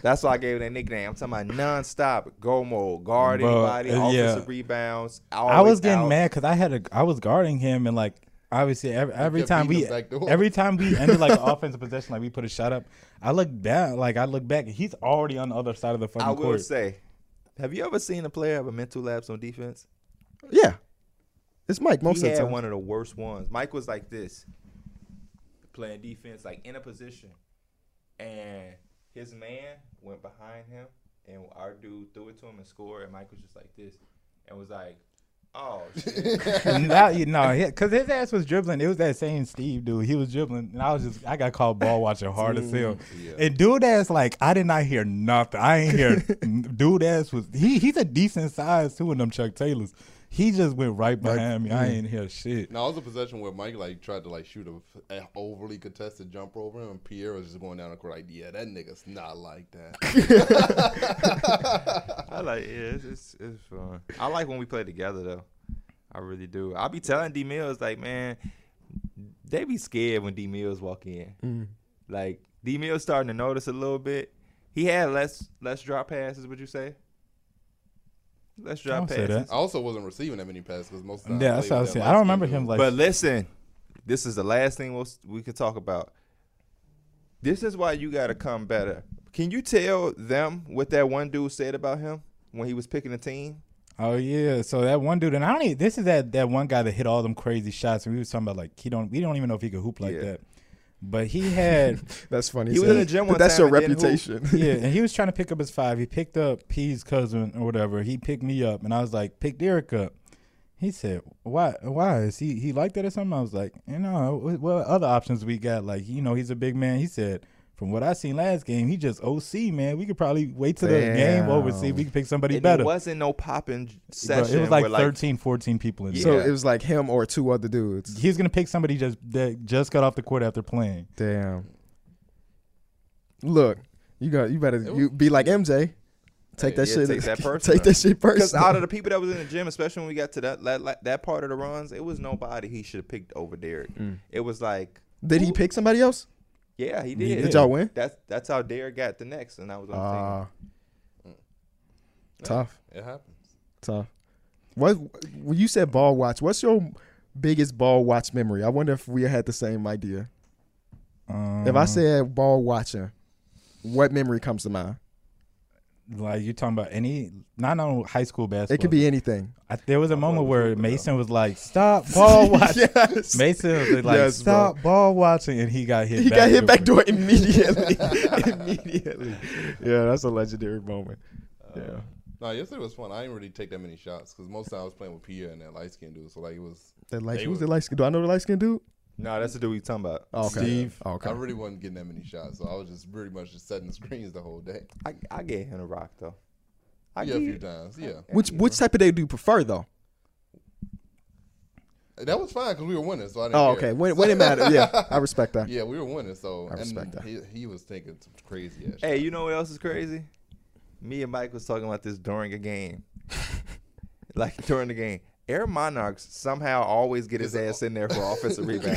Speaker 2: That's why I gave it that nickname. I'm talking about nonstop, go mode, guard
Speaker 4: Bro,
Speaker 2: anybody,
Speaker 4: uh, yeah.
Speaker 2: offensive rebounds.
Speaker 4: I
Speaker 2: always
Speaker 4: was getting
Speaker 2: out.
Speaker 4: mad because I had a I was guarding him and like obviously every, every
Speaker 3: kept
Speaker 4: time
Speaker 3: beating
Speaker 4: we
Speaker 3: him back door.
Speaker 4: every time we ended like an offensive possession like we put a shot up. I look back like I look back and he's already on the other side of the fucking
Speaker 2: I will
Speaker 4: court.
Speaker 2: say, have you ever seen a player have a mental lapse on defense?
Speaker 1: yeah, it's Mike most
Speaker 2: he
Speaker 1: of
Speaker 2: had
Speaker 1: the time.
Speaker 2: one of the worst ones. Mike was like this, playing defense, like in a position, and his man went behind him, and our dude threw it to him and scored, and Mike was just like this, and was like, "Oh shit."
Speaker 4: And now you know because his ass was dribbling. It was that same Steve dude. He was dribbling and I was just I got called ball watching hard as hell.
Speaker 3: yeah.
Speaker 4: And dude ass like I did not hear nothing. I ain't hear dude ass was he he's a decent size too in them Chuck Taylors. He just went right behind me. I ain't hear shit.
Speaker 3: Now it was a possession where Mike like tried to like shoot a, a overly contested jumper over him, and Pierre was just going down the court like, yeah, that nigga's not like that.
Speaker 2: I like yeah, it's, it's it's fun. I like when we play together though. I really do. I be telling D Mills like, man, they be scared when D Mills walk in.
Speaker 4: Mm.
Speaker 2: Like D Mills starting to notice a little bit. He had less less drop passes. Would you say? Less drop
Speaker 4: I'll say Oh,
Speaker 2: passes.
Speaker 3: I also wasn't receiving that many passes because most of the time
Speaker 4: Yeah,
Speaker 3: I
Speaker 4: that's
Speaker 3: played
Speaker 4: what I
Speaker 3: with that
Speaker 4: was saying. I don't
Speaker 3: light-skinned
Speaker 4: remember him
Speaker 3: dude.
Speaker 4: like.
Speaker 2: But listen, this is the last thing we'll, we could talk about. This is why you got to come better. Can you tell them what that one dude said about him when he was picking a team?
Speaker 4: oh yeah, so that one dude, and I don't. Even, this is that that one guy that hit all them crazy shots. And we was talking about like he don't. We don't even know if he could hoop like
Speaker 2: Yeah.
Speaker 4: that. But he had
Speaker 1: That's funny.
Speaker 2: He was
Speaker 1: said.
Speaker 2: in the gym
Speaker 1: But
Speaker 2: one
Speaker 1: that's
Speaker 2: time
Speaker 1: your
Speaker 2: and didn't hoop.
Speaker 1: reputation.
Speaker 4: yeah, and he was trying to pick up his five. He picked up P's cousin or whatever. He picked me up, and I was like, pick Derek up. He said, "Why? Why is he he like that or something?" I was like, "You know, what what other options we got? Like, you know, he's a big man." He said, "From what I seen last game, he just OC man. We could probably wait till the game over see if we can pick somebody
Speaker 2: and
Speaker 4: better."
Speaker 2: It wasn't no popping
Speaker 4: Bro,
Speaker 2: session.
Speaker 4: it was like
Speaker 2: where,
Speaker 4: 13, 14 people in there.
Speaker 1: So
Speaker 2: Yeah.
Speaker 1: it was like him or two other dudes.
Speaker 4: He's gonna pick somebody just that just got off the court after playing.
Speaker 1: Damn. Look, you got you better you be like MJ. Take that
Speaker 2: Yeah,
Speaker 1: shit.
Speaker 2: take that personal.
Speaker 1: take that shit
Speaker 2: Because
Speaker 1: personal.
Speaker 2: out of the people that was in the gym, especially when we got to that that, that- that part of the runs, it was nobody he should have picked over Derek. It was like,
Speaker 1: Did he pick somebody else?
Speaker 2: yeah, he did.
Speaker 4: Mm. He
Speaker 1: Did y'all win?
Speaker 2: That's that's how Derek got the next, and that was what I'm
Speaker 4: Uh,
Speaker 1: Ah. tough,
Speaker 3: It happens.
Speaker 1: tough. What when you said ball watch? What's your biggest ball watch memory? I wonder if we had the same idea.
Speaker 4: Um,
Speaker 1: If I said ball watching, what memory comes to mind?
Speaker 4: Um, like you're talking about any, not on high school basketball.
Speaker 1: It could be anything.
Speaker 4: I, there was a moment where Mason was like, "Stop ball watching."
Speaker 1: Yes.
Speaker 4: Mason was like,
Speaker 1: Yes, bro.
Speaker 4: "Stop ball watching," and he got hit.
Speaker 1: He
Speaker 4: back
Speaker 1: got hit
Speaker 4: door.
Speaker 1: back door immediately. immediately. Yeah, that's a legendary moment.
Speaker 4: Uh,
Speaker 1: Yeah.
Speaker 3: No, yesterday was fun. I didn't really take that many shots because most of the time I was playing with Pierre and that light skinned dude. So like it was,
Speaker 1: That light,
Speaker 3: They
Speaker 1: who's
Speaker 3: were-
Speaker 1: the light skin? Do I know the light skin dude?
Speaker 2: thinking. No, that's the dude we talking about.
Speaker 1: Oh, okay.
Speaker 4: Steve.
Speaker 1: Oh, okay.
Speaker 3: I really wasn't getting that many shots. So I was just pretty much just setting screens the whole day.
Speaker 2: I, I get him a rock though. I
Speaker 3: yeah, a
Speaker 2: get
Speaker 3: few times. Yeah,
Speaker 1: which which type of day do you prefer though?
Speaker 3: that was fine because we were winning. So I didn't.
Speaker 1: Oh,
Speaker 3: care.
Speaker 1: okay. When when it matter. Yeah, I respect that.
Speaker 3: Yeah, we were winning. So
Speaker 1: I respect that.
Speaker 3: and He, he was taking some crazy ass.
Speaker 2: Hey, you know what else is crazy? Me and Mike was talking about this during a game. like during the game. Air Monarchs somehow always get his ass in there for offensive rebound.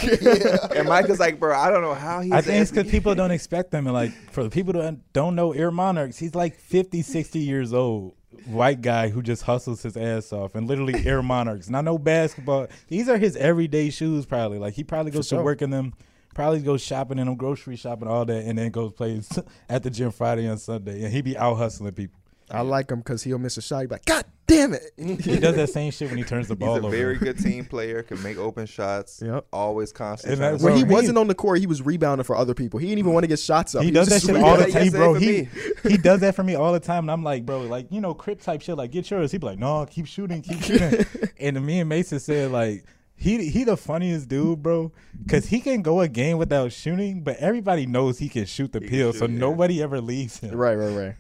Speaker 2: And Mike is like, bro, I don't know how he's
Speaker 4: I think it's because people don't expect them, and like for the people that don't know Air Monarchs, he's like 50, 60 years old, white guy who just hustles his ass off, and literally Air Monarchs. Not no basketball. These are his everyday shoes, probably. Like he probably goes
Speaker 1: sure.
Speaker 4: to work in them, probably goes shopping in them, grocery shopping, all that, and then goes plays at the gym Friday and Sunday, and he be out hustling people.
Speaker 1: I like him because he'll miss a shot. He'll be like, God damn it.
Speaker 4: He does that same shit when he turns the
Speaker 2: He's
Speaker 4: ball
Speaker 2: a
Speaker 4: over.
Speaker 2: very good team player. Can make open shots.
Speaker 1: Yep.
Speaker 2: Always constant.
Speaker 4: And that-
Speaker 1: when
Speaker 4: Bro,
Speaker 1: he
Speaker 4: he-
Speaker 1: wasn't on the court, he was rebounding for other people. He didn't even want to get shots up.
Speaker 4: He
Speaker 1: was
Speaker 4: does that
Speaker 1: just
Speaker 4: shit
Speaker 2: really
Speaker 4: all the
Speaker 2: good.
Speaker 4: time,
Speaker 2: He
Speaker 4: bro.
Speaker 2: does that
Speaker 4: He
Speaker 2: for
Speaker 4: he does that for me all the time, and I'm like, bro, like you know, crip type shit. Like, get yours. He be like, no, keep shooting, keep shooting. and me and Mason said like. He, he the funniest dude, bro, because he can go a game without shooting, but everybody knows he can shoot the
Speaker 2: can
Speaker 4: pill,
Speaker 2: shoot,
Speaker 4: so
Speaker 2: yeah.
Speaker 4: nobody ever leaves him.
Speaker 1: Right, right, right.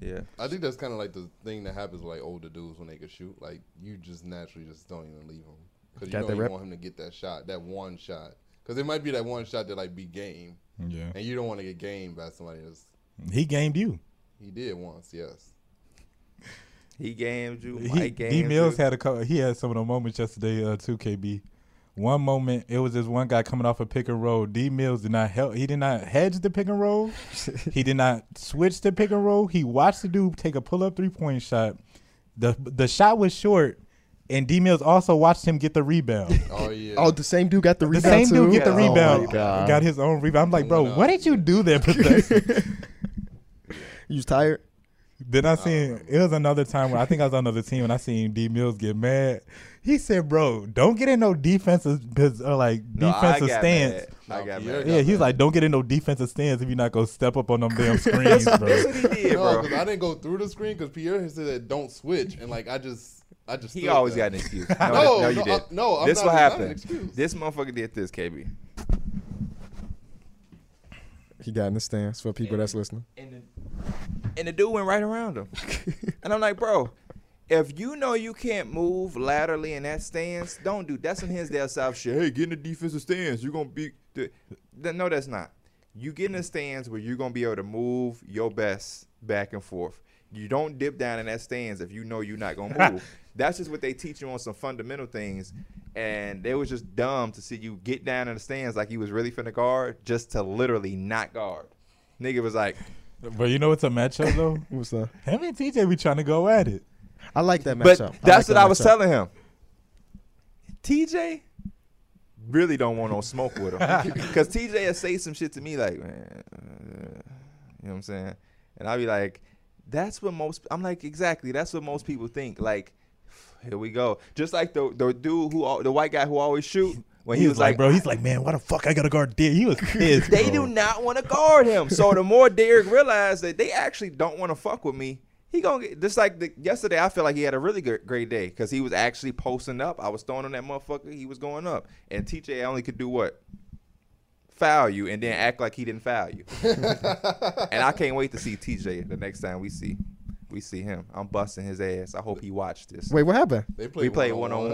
Speaker 2: yeah.
Speaker 3: I think that's kind of like the thing that happens with like older dudes when they can shoot. Like you just naturally just don't even leave them because
Speaker 1: Got
Speaker 3: you
Speaker 1: that
Speaker 3: don't even
Speaker 1: rep.
Speaker 3: want him to get that shot, that one shot. Because it might be that one shot that like be game,
Speaker 4: Yeah,
Speaker 3: and you don't want to get gamed by somebody else.
Speaker 4: he gamed you.
Speaker 3: He did once, yes.
Speaker 2: He gamed you.
Speaker 4: He,
Speaker 2: Mike
Speaker 4: D
Speaker 2: gamed
Speaker 4: Mills
Speaker 2: you.
Speaker 4: had a couple, he had some of the moments yesterday uh, too. KB, one moment it was this one guy coming off a pick and roll. D Mills did not help. He did not hedge the pick and roll. he did not switch the pick and roll. He watched the dude take a pull up three point shot. the The shot was short, and D Mills also watched him get the rebound.
Speaker 3: Oh yeah.
Speaker 1: Oh, the same dude got the
Speaker 4: The
Speaker 1: rebound.
Speaker 4: same dude
Speaker 1: too?
Speaker 4: get the
Speaker 1: Oh, my
Speaker 4: rebound,
Speaker 1: God.
Speaker 4: got his own rebound. I'm like, bro,
Speaker 3: Went
Speaker 4: what
Speaker 3: up.
Speaker 4: did you do there? Professor?
Speaker 1: You was tired?
Speaker 4: Then I seen it was another time where I think I was on another team and I seen D Mills get mad. He said, "Bro, don't get in no defensive pos- or like
Speaker 2: No, I
Speaker 4: defensive
Speaker 2: got
Speaker 4: stance."
Speaker 2: mad. I got
Speaker 3: Oh, Yeah,
Speaker 2: mad.
Speaker 4: Yeah, he's like, "Don't get in no defensive stance if you're not gonna step up on them damn screens, bro."
Speaker 2: That's what he did,
Speaker 3: no,
Speaker 2: bro.
Speaker 3: because I didn't go through the screen because Pierre had said that don't switch, and like I just, I just.
Speaker 2: He
Speaker 3: stood
Speaker 2: always
Speaker 3: there.
Speaker 2: got an excuse. No,
Speaker 3: No,
Speaker 2: no, you
Speaker 3: no,
Speaker 2: did.
Speaker 3: I- no, I'm
Speaker 2: this
Speaker 3: not- it's
Speaker 2: what
Speaker 3: not an
Speaker 2: happened.
Speaker 3: excuse.
Speaker 2: This motherfucker did this, KB.
Speaker 1: He got in the stands for people that's listening.
Speaker 2: And the, and the dude went right around him. and I'm like, bro, if you know you can't move laterally in that stance, don't do that's some Hinsdale South shit. Hey, get in the defensive stance. You're gonna be th- th- no, that's not. You get in a stance where you're gonna be able to move your best back and forth. You don't dip down in that stance if you know you're not gonna move. that's just what they teach you on some fundamental things. And it was just dumb to see you get down in the stands like you was really finna guard just to literally not guard. Nigga was like,
Speaker 4: but you know what's a matchup though?
Speaker 1: What's that?
Speaker 4: Him and TJ be trying to go at it.
Speaker 1: I like that matchup.
Speaker 2: But
Speaker 1: like
Speaker 2: that's
Speaker 1: that
Speaker 2: what I was
Speaker 1: matchup.
Speaker 2: telling him. TJ really don't want no smoke with him because TJ will say some shit to me like, man, uh, you know what I'm saying, and I'll be like, that's what most. I'm like, exactly. That's what most people think. Like, here we go. Just like the the dude who al- the white guy who always shoot when he, was like,
Speaker 4: "Bro, he's like, man, why the fuck I gotta guard D?" He was pissed.
Speaker 2: they
Speaker 4: bro.
Speaker 2: do not want to guard him. So the more Derek realized that they actually don't want to fuck with me, he gonna get just like the, yesterday. I feel like he had a really good, great day because he was actually posting up. I was throwing on that motherfucker. He was going up, and TJ only could do what foul you and then act like he didn't foul you. and I can't wait to see TJ the next time we see we see him. I'm busting his ass. I hope he watched this.
Speaker 1: Wait, what happened?
Speaker 3: They
Speaker 2: we played one on
Speaker 1: Hmm.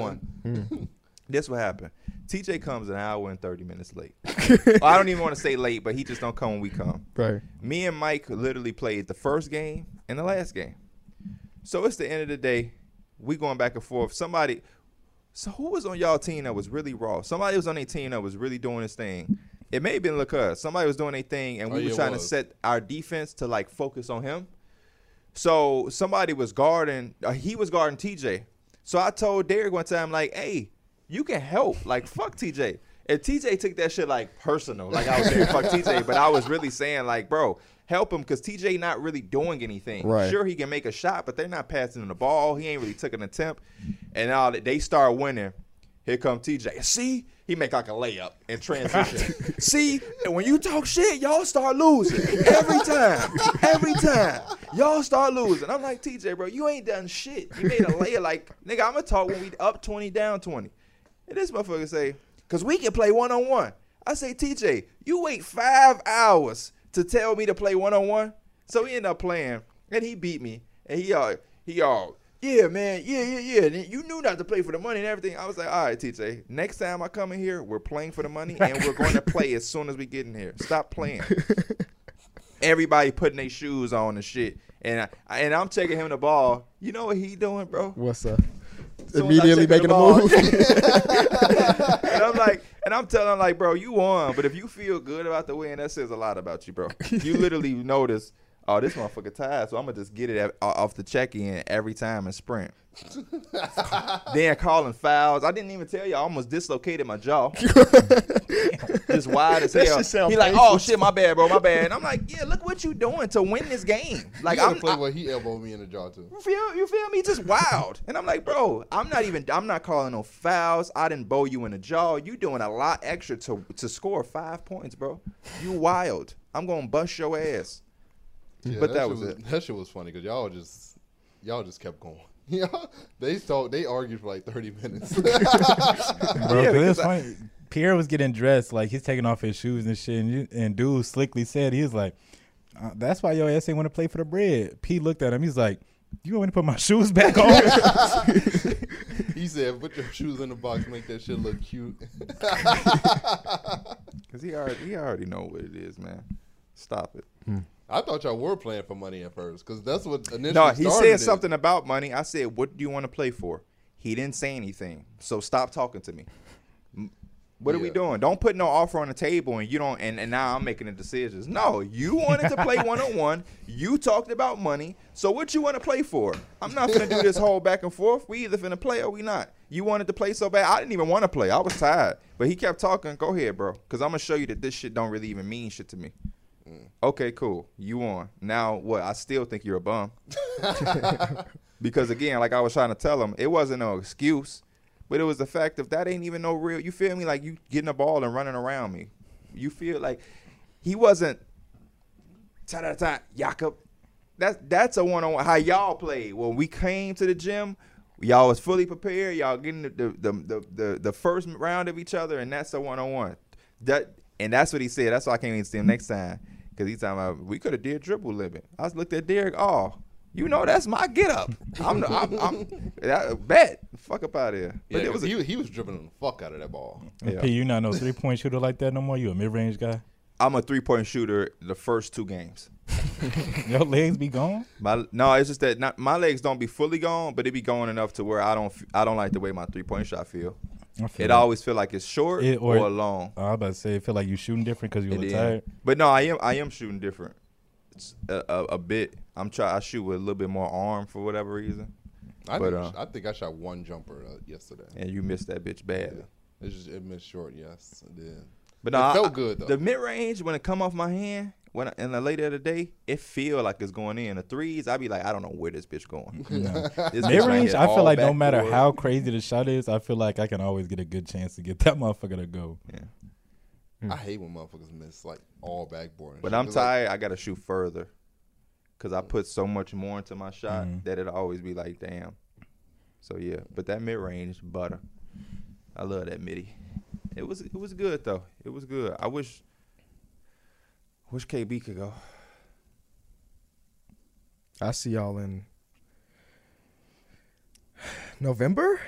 Speaker 2: one. This what happened. TJ comes an hour and thirty minutes late. Well, I don't even want to say late, but he just don't come when we come.
Speaker 1: Right.
Speaker 2: Me and Mike literally played the first game and the last game. So it's the end of the day. We going back and forth. Somebody so who was on y'all team that was really raw? Somebody was on their team that was really doing this thing. It may have been Lacuz. Somebody was doing their thing and we
Speaker 3: Oh, yeah,
Speaker 2: were
Speaker 3: it
Speaker 2: trying to
Speaker 3: was.
Speaker 2: set our defense to like focus on him. So somebody was guarding. Uh, he was guarding TJ. So I told Derek one time, like, "Hey, you can help. Like, fuck TJ." And TJ took that shit like personal. Like I was saying, "Fuck TJ," but I was really saying, like, "Bro, help him," because TJ not really doing anything.
Speaker 1: Right.
Speaker 2: Sure, he can make a shot, but they're not passing him the ball. He ain't really took an attempt. And all that, they start winning. Here come TJ. See, he make like a layup in transition. See, and when you talk shit, y'all start losing every time. Every time, y'all start losing. I'm like TJ, bro, you ain't done shit. You made a layup. Like nigga, I'ma talk when we up twenty, down twenty. And this motherfucker say, cause we can play one on one. I say TJ, you wait five hours to tell me to play one on one. So we end up playing, and he beat me, and he all he all. Yeah, man. Yeah, yeah, yeah. And You knew not to play for the money and everything. I was like, all right, TJ. Next time I come in here, we're playing for the money and we're going to play as soon as we get in here. Stop playing. Everybody putting their shoes on and shit. And I, and I'm taking him the ball. You know what he doing, bro?
Speaker 1: What's up?
Speaker 2: Soon as I
Speaker 1: Immediately
Speaker 2: check the
Speaker 1: making a
Speaker 2: ball.
Speaker 1: move.
Speaker 2: and I'm like, and I'm telling him like, bro, you won, but if you feel good about the win, that says a lot about you, bro. You literally notice, oh, this motherfucker tied, so I'm gonna just get it at, off the check in every time and sprint. then calling fouls. I didn't even tell you. I almost dislocated my jaw. just wide as
Speaker 1: That
Speaker 2: hell.
Speaker 1: shit sound
Speaker 2: He like,
Speaker 1: painful.
Speaker 2: oh shit, my bad, bro, my bad. And I'm like, yeah, look what you doing to win this game. Like,
Speaker 3: gotta
Speaker 2: I'm,
Speaker 3: play
Speaker 2: I-
Speaker 3: where he elbowed me in the jaw too.
Speaker 2: you feel you feel me? Just wild. And I'm like, bro, I'm not even I'm not calling no fouls. I didn't bow you in the jaw. You doing a lot extra to to score five points, bro. You wild. I'm gonna bust your ass.
Speaker 3: Yeah,
Speaker 2: But that
Speaker 3: shit
Speaker 2: was it.
Speaker 3: That shit was funny because y'all just y'all just kept going. Yeah, they talked. They argued for like thirty minutes.
Speaker 4: Bro,
Speaker 2: Yeah,
Speaker 4: 'cause it
Speaker 2: because
Speaker 4: was
Speaker 2: I-
Speaker 4: funny. Pierre was getting dressed, like he's taking off his shoes and shit. And, you, and dude slickly said, he was like, uh, "That's why your ass ain't want to play for the bread." P looked at him. He's like, "You want me to put my shoes back on?"
Speaker 3: he said, "Put your shoes in the box, make that shit look cute."
Speaker 2: Cause he already he already know what it is, man. Stop it.
Speaker 3: I thought y'all were playing for money at first because that's what initially.
Speaker 2: No, he
Speaker 3: started
Speaker 2: said
Speaker 3: it.
Speaker 2: something about money. I said, "What do you want to play for?" He didn't say anything. So stop talking to me. M- What are we
Speaker 3: Yeah.
Speaker 2: doing? Don't put no offer on the table, and you don't. And, and now I'm making the decisions. No, you wanted to play one on one. You talked about money. So what you want to play for? I'm not gonna do this whole back and forth. We either finna play or we not. You wanted to play so bad. I didn't even want to play. I was tired. But he kept talking. Go ahead, bro. Cause I'm gonna show you that this shit don't really even mean shit to me.
Speaker 3: Mm.
Speaker 2: Okay, cool. You on. Now what? I still think you're a bum. because again, like I was trying to tell him, it wasn't no excuse, but it was the fact of that ain't even no real. You feel me? Like you getting the ball and running around me. You feel like he wasn't. Ta ta ta, Jakob. That's that's a one on one. How y'all played when we came to the gym. Y'all was fully prepared. Y'all getting the the, the, the, the the first round of each other, and that's a one on one. That and that's what he said. That's why I can't even see him next time because he's talking about we could have did dribble limit. I just looked at Derek. Oh, you know that's my get up. I'm the, I'm, I'm that, bet fuck up out here.
Speaker 3: Yeah,
Speaker 2: But it was a,
Speaker 3: he, he was dribbling the fuck out of that ball.
Speaker 2: Yeah.
Speaker 4: P, you not no three point shooter like that no more. You a mid range guy.
Speaker 2: I'm a three point shooter. The first two games.
Speaker 4: Your legs be gone.
Speaker 2: My no, it's just that not, my legs don't be fully gone, but it be going enough to where I don't f- I don't like the way my three point shot feel.
Speaker 4: I feel
Speaker 2: It
Speaker 4: like-
Speaker 2: always feel like it's short
Speaker 4: It-
Speaker 2: or,
Speaker 4: or-
Speaker 2: long.
Speaker 4: I was about to say, it feel like you shooting different because you
Speaker 2: And
Speaker 4: look
Speaker 2: then-
Speaker 4: tired.
Speaker 2: But no, I am I am shooting different. It's a, a, a bit. I'm try I shoot with a little bit more arm for whatever reason,
Speaker 3: I,
Speaker 2: But,
Speaker 3: think,
Speaker 2: uh,
Speaker 3: I think I shot one jumper uh, yesterday.
Speaker 2: and you miss that bitch badly.
Speaker 3: It just it missed short. Yes, it did.
Speaker 2: But
Speaker 3: It
Speaker 2: no, I-
Speaker 3: felt
Speaker 2: I-
Speaker 3: good, though.
Speaker 2: The mid range when it come off my hand, when I, in the later of the day, it feel like it's going in. The threes, I be like, I don't know where this bitch going. This bitch right
Speaker 4: Mid range,
Speaker 2: here,
Speaker 4: I feel
Speaker 2: all
Speaker 4: like no
Speaker 2: back
Speaker 4: matter
Speaker 2: door.
Speaker 4: how crazy the shot is, I feel like I can always get a good chance to get that motherfucker to go.
Speaker 3: I hate when motherfuckers miss like all backboard. and
Speaker 2: Hmm. But
Speaker 3: shit.
Speaker 2: I'm
Speaker 3: It's like,
Speaker 2: tired. I gotta shoot further, cause I put so much more into my shot that it'll always be like, damn. So yeah, but that mid range butter, I love that midi. It was it was good though. It was good. I wish wish KB could go.
Speaker 1: I see y'all in November,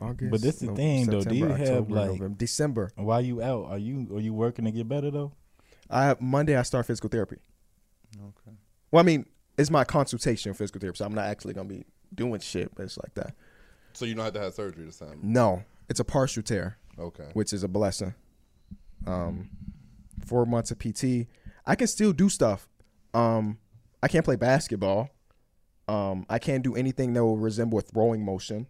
Speaker 1: August.
Speaker 4: But this the
Speaker 1: Nov-
Speaker 4: thing, though. Do you have, like-
Speaker 1: December?
Speaker 4: Why you out? Are you are you working to get better though?
Speaker 1: I have Monday. I start physical therapy. Well, I mean, it's my consultation in physical therapy, so I'm not actually gonna be doing shit, but it's like that.
Speaker 3: So you don't have to have surgery this time.
Speaker 1: No, it's a partial tear,
Speaker 3: Okay.
Speaker 1: which is a blessing. Um, four months of PT. I can still do stuff. Um, I can't play basketball. Um, I can't do anything that will resemble a throwing motion.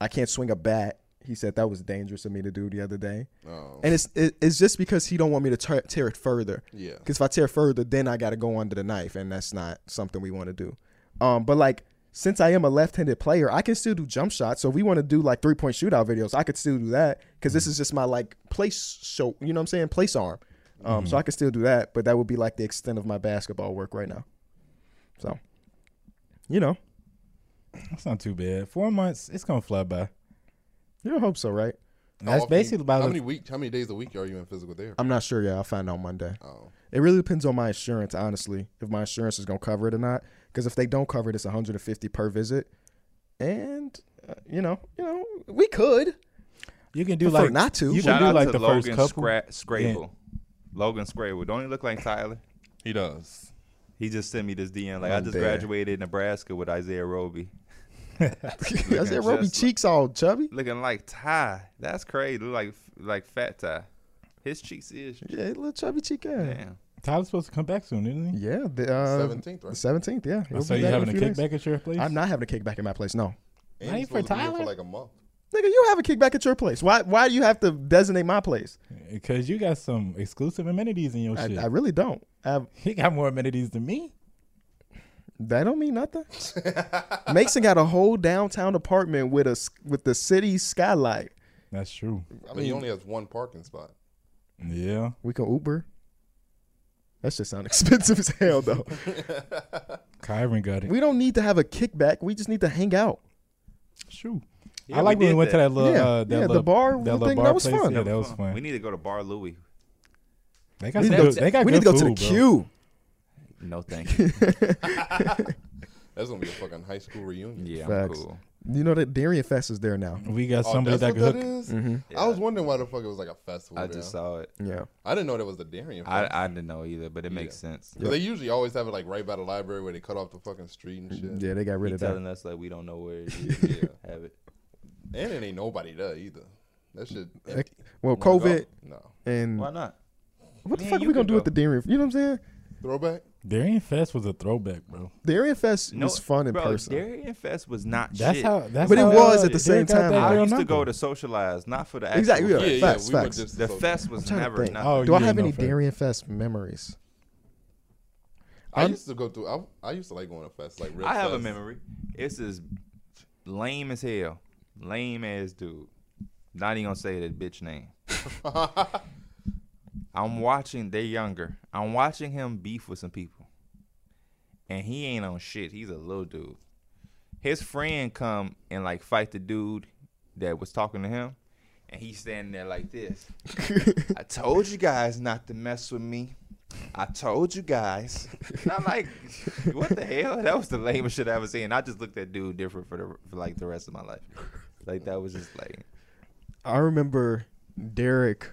Speaker 1: I can't swing a bat. He said that was dangerous of me to do the other day,
Speaker 3: Oh,
Speaker 1: and it's it, it's just because he don't want me to tear, tear it further.
Speaker 3: yeah.
Speaker 1: Because if I tear further, then I got to go under the knife, and that's not something we want to do. Um, but like since I am a left-handed player, I can still do jump shots. So if we want to do like three-point shootout videos, I could still do that because this is just my like place show. You know what I'm saying? Place arm. Um, So I could still do that, but that would be like the extent of my basketball work right now. So, you know,
Speaker 4: That's not too bad. Four months, it's gonna fly by.
Speaker 1: you hope so, right?
Speaker 3: How
Speaker 2: Oh,
Speaker 4: That's
Speaker 3: often you-
Speaker 4: basically about
Speaker 3: how
Speaker 4: the-
Speaker 3: many week, how many days a week are you in physical therapy?
Speaker 1: I'm not sure yet. I'll find out Monday.
Speaker 3: Oh,
Speaker 1: It really depends on my insurance, honestly, if my insurance is going to cover it or not. Because if they don't cover it, it's 150 per visit, and uh, you know, you know, we could.
Speaker 4: You can do
Speaker 1: Prefer
Speaker 4: like
Speaker 1: not to.
Speaker 4: You
Speaker 2: Shout
Speaker 4: can do
Speaker 2: out
Speaker 4: like
Speaker 2: to
Speaker 4: the
Speaker 2: Logan
Speaker 4: first couple.
Speaker 2: Scra- Scrable. Logan Scrable. Don't he look like Tyler?
Speaker 3: he does.
Speaker 2: He just sent me this DM like I
Speaker 1: I'm
Speaker 2: just
Speaker 1: dead.
Speaker 2: graduated Nebraska with Isaiah Roby,
Speaker 1: I said Roby
Speaker 2: just-
Speaker 1: cheeks all chubby.
Speaker 2: looking like Ty. That's crazy. Look like like fat Ty. His cheeks is
Speaker 1: Yeah, little chubby cheek guy.
Speaker 2: damn.
Speaker 4: Tyler's supposed to come back soon, isn't he?
Speaker 1: Yeah, the uh,
Speaker 3: 17th, right?
Speaker 1: 17th, yeah. He'll
Speaker 4: so
Speaker 1: be
Speaker 4: you
Speaker 1: back in
Speaker 4: having a
Speaker 1: few days.
Speaker 4: kickback at your place?
Speaker 1: I'm not having a kickback at my place. No,
Speaker 3: And
Speaker 4: Not
Speaker 3: he's
Speaker 4: for
Speaker 3: supposed to be here
Speaker 4: Tyler?
Speaker 3: for like a month.
Speaker 1: Nigga, you have a kickback at your place. Why? Why do you have to designate my place?
Speaker 4: Because you got some exclusive amenities in your
Speaker 1: I,
Speaker 4: shit.
Speaker 1: I really don't. I have,
Speaker 4: he got more amenities than me.
Speaker 1: that don't mean nothing. Mason got a whole downtown apartment with a s- with the city skylight.
Speaker 4: That's true.
Speaker 3: I mean, he only has one parking spot.
Speaker 4: Yeah.
Speaker 1: We can Uber. That shit sound expensive as hell though.
Speaker 4: Kyron got it.
Speaker 1: we don't need to have a kickback. We just need to hang out.
Speaker 4: True.
Speaker 2: Yeah,
Speaker 4: I like
Speaker 2: we
Speaker 4: when we went
Speaker 2: did
Speaker 4: to
Speaker 2: that.
Speaker 4: that little,
Speaker 1: Yeah,
Speaker 4: uh, that
Speaker 1: yeah, the
Speaker 4: little-
Speaker 1: bar
Speaker 4: that little
Speaker 1: thing,
Speaker 4: bar
Speaker 1: that was
Speaker 4: place.
Speaker 1: fun.
Speaker 4: Yeah, that was fun.
Speaker 2: We need to go to Bar Louie.
Speaker 4: They got
Speaker 1: We need
Speaker 4: some
Speaker 1: to go,
Speaker 4: good- they got
Speaker 1: we need to
Speaker 4: good
Speaker 1: go to the
Speaker 4: food, bro.
Speaker 1: queue.
Speaker 2: No, thank you.
Speaker 3: That's gonna be a fucking high school reunion.
Speaker 2: Yeah, I'm
Speaker 1: Facts.
Speaker 2: cool.
Speaker 1: You know that Darien Fest is there now.
Speaker 4: We got
Speaker 3: Oh,
Speaker 4: somebody
Speaker 3: that's
Speaker 4: that could
Speaker 3: what
Speaker 4: hook.
Speaker 3: is?
Speaker 2: Yeah.
Speaker 3: I was wondering why the fuck it was like a festival.
Speaker 2: I
Speaker 3: there.
Speaker 2: just saw it.
Speaker 1: Yeah.
Speaker 3: I didn't know that was the Darien. Fest.
Speaker 2: I, I didn't know either, but it makes sense.
Speaker 3: 'Cause They usually always have it like right by the library where they cut off the fucking street and shit.
Speaker 1: Yeah, they got rid
Speaker 2: He
Speaker 1: of that.
Speaker 2: telling us like we don't know where it is. yeah, have it.
Speaker 3: And it ain't nobody there either. That shit.
Speaker 1: Like,
Speaker 3: empty.
Speaker 1: Well,
Speaker 3: Wanna go?
Speaker 1: COVID
Speaker 3: No.
Speaker 4: Mm.
Speaker 1: and
Speaker 2: Why not?
Speaker 1: what the
Speaker 2: Man,
Speaker 1: fuck are
Speaker 2: you
Speaker 1: we gonna
Speaker 2: could
Speaker 1: do
Speaker 2: go.
Speaker 1: with the Darien? You know what I'm saying?
Speaker 3: Throwback.
Speaker 4: Darien Fest was a throwback, bro.
Speaker 1: Darien Fest
Speaker 2: No,
Speaker 1: was fun in
Speaker 2: bro,
Speaker 1: person.
Speaker 2: Darien Fest was not
Speaker 4: That's
Speaker 2: shit.
Speaker 4: how. That's
Speaker 1: But it
Speaker 4: how,
Speaker 1: was
Speaker 4: uh,
Speaker 1: at the
Speaker 4: Derrick
Speaker 1: same
Speaker 4: got that
Speaker 1: time.
Speaker 2: I
Speaker 4: real
Speaker 2: used to
Speaker 4: number.
Speaker 2: go to socialize, not for the actual.
Speaker 1: Exactly, yeah.
Speaker 3: Yeah, yeah.
Speaker 1: facts,
Speaker 3: we went
Speaker 1: facts.
Speaker 3: just to
Speaker 2: The
Speaker 3: social-
Speaker 2: fest was
Speaker 1: trying to
Speaker 2: never
Speaker 1: think.
Speaker 2: nothing.
Speaker 4: Oh,
Speaker 1: do I
Speaker 4: you
Speaker 1: have
Speaker 4: ain't
Speaker 1: any
Speaker 4: no fan.
Speaker 1: Darien Fest memories?
Speaker 3: I
Speaker 1: I'm-
Speaker 3: used to go through. I, I used to like going to fests. Like real
Speaker 2: I have a
Speaker 3: fests.
Speaker 2: memory. It's as lame as hell. Lame ass dude. Not even gonna say that bitch name. I'm watching. They're younger. I'm watching him beef with some people, and he ain't on shit. He's a little dude. His friend come and like fight the dude that was talking to him, and he's standing there like this. I told you guys not to mess with me. I told you guys. And I'm like, what the hell? That was the lamest shit I ever seen. I just looked at dude different for the for like the rest of my life. Like that was just like,
Speaker 1: I remember Derek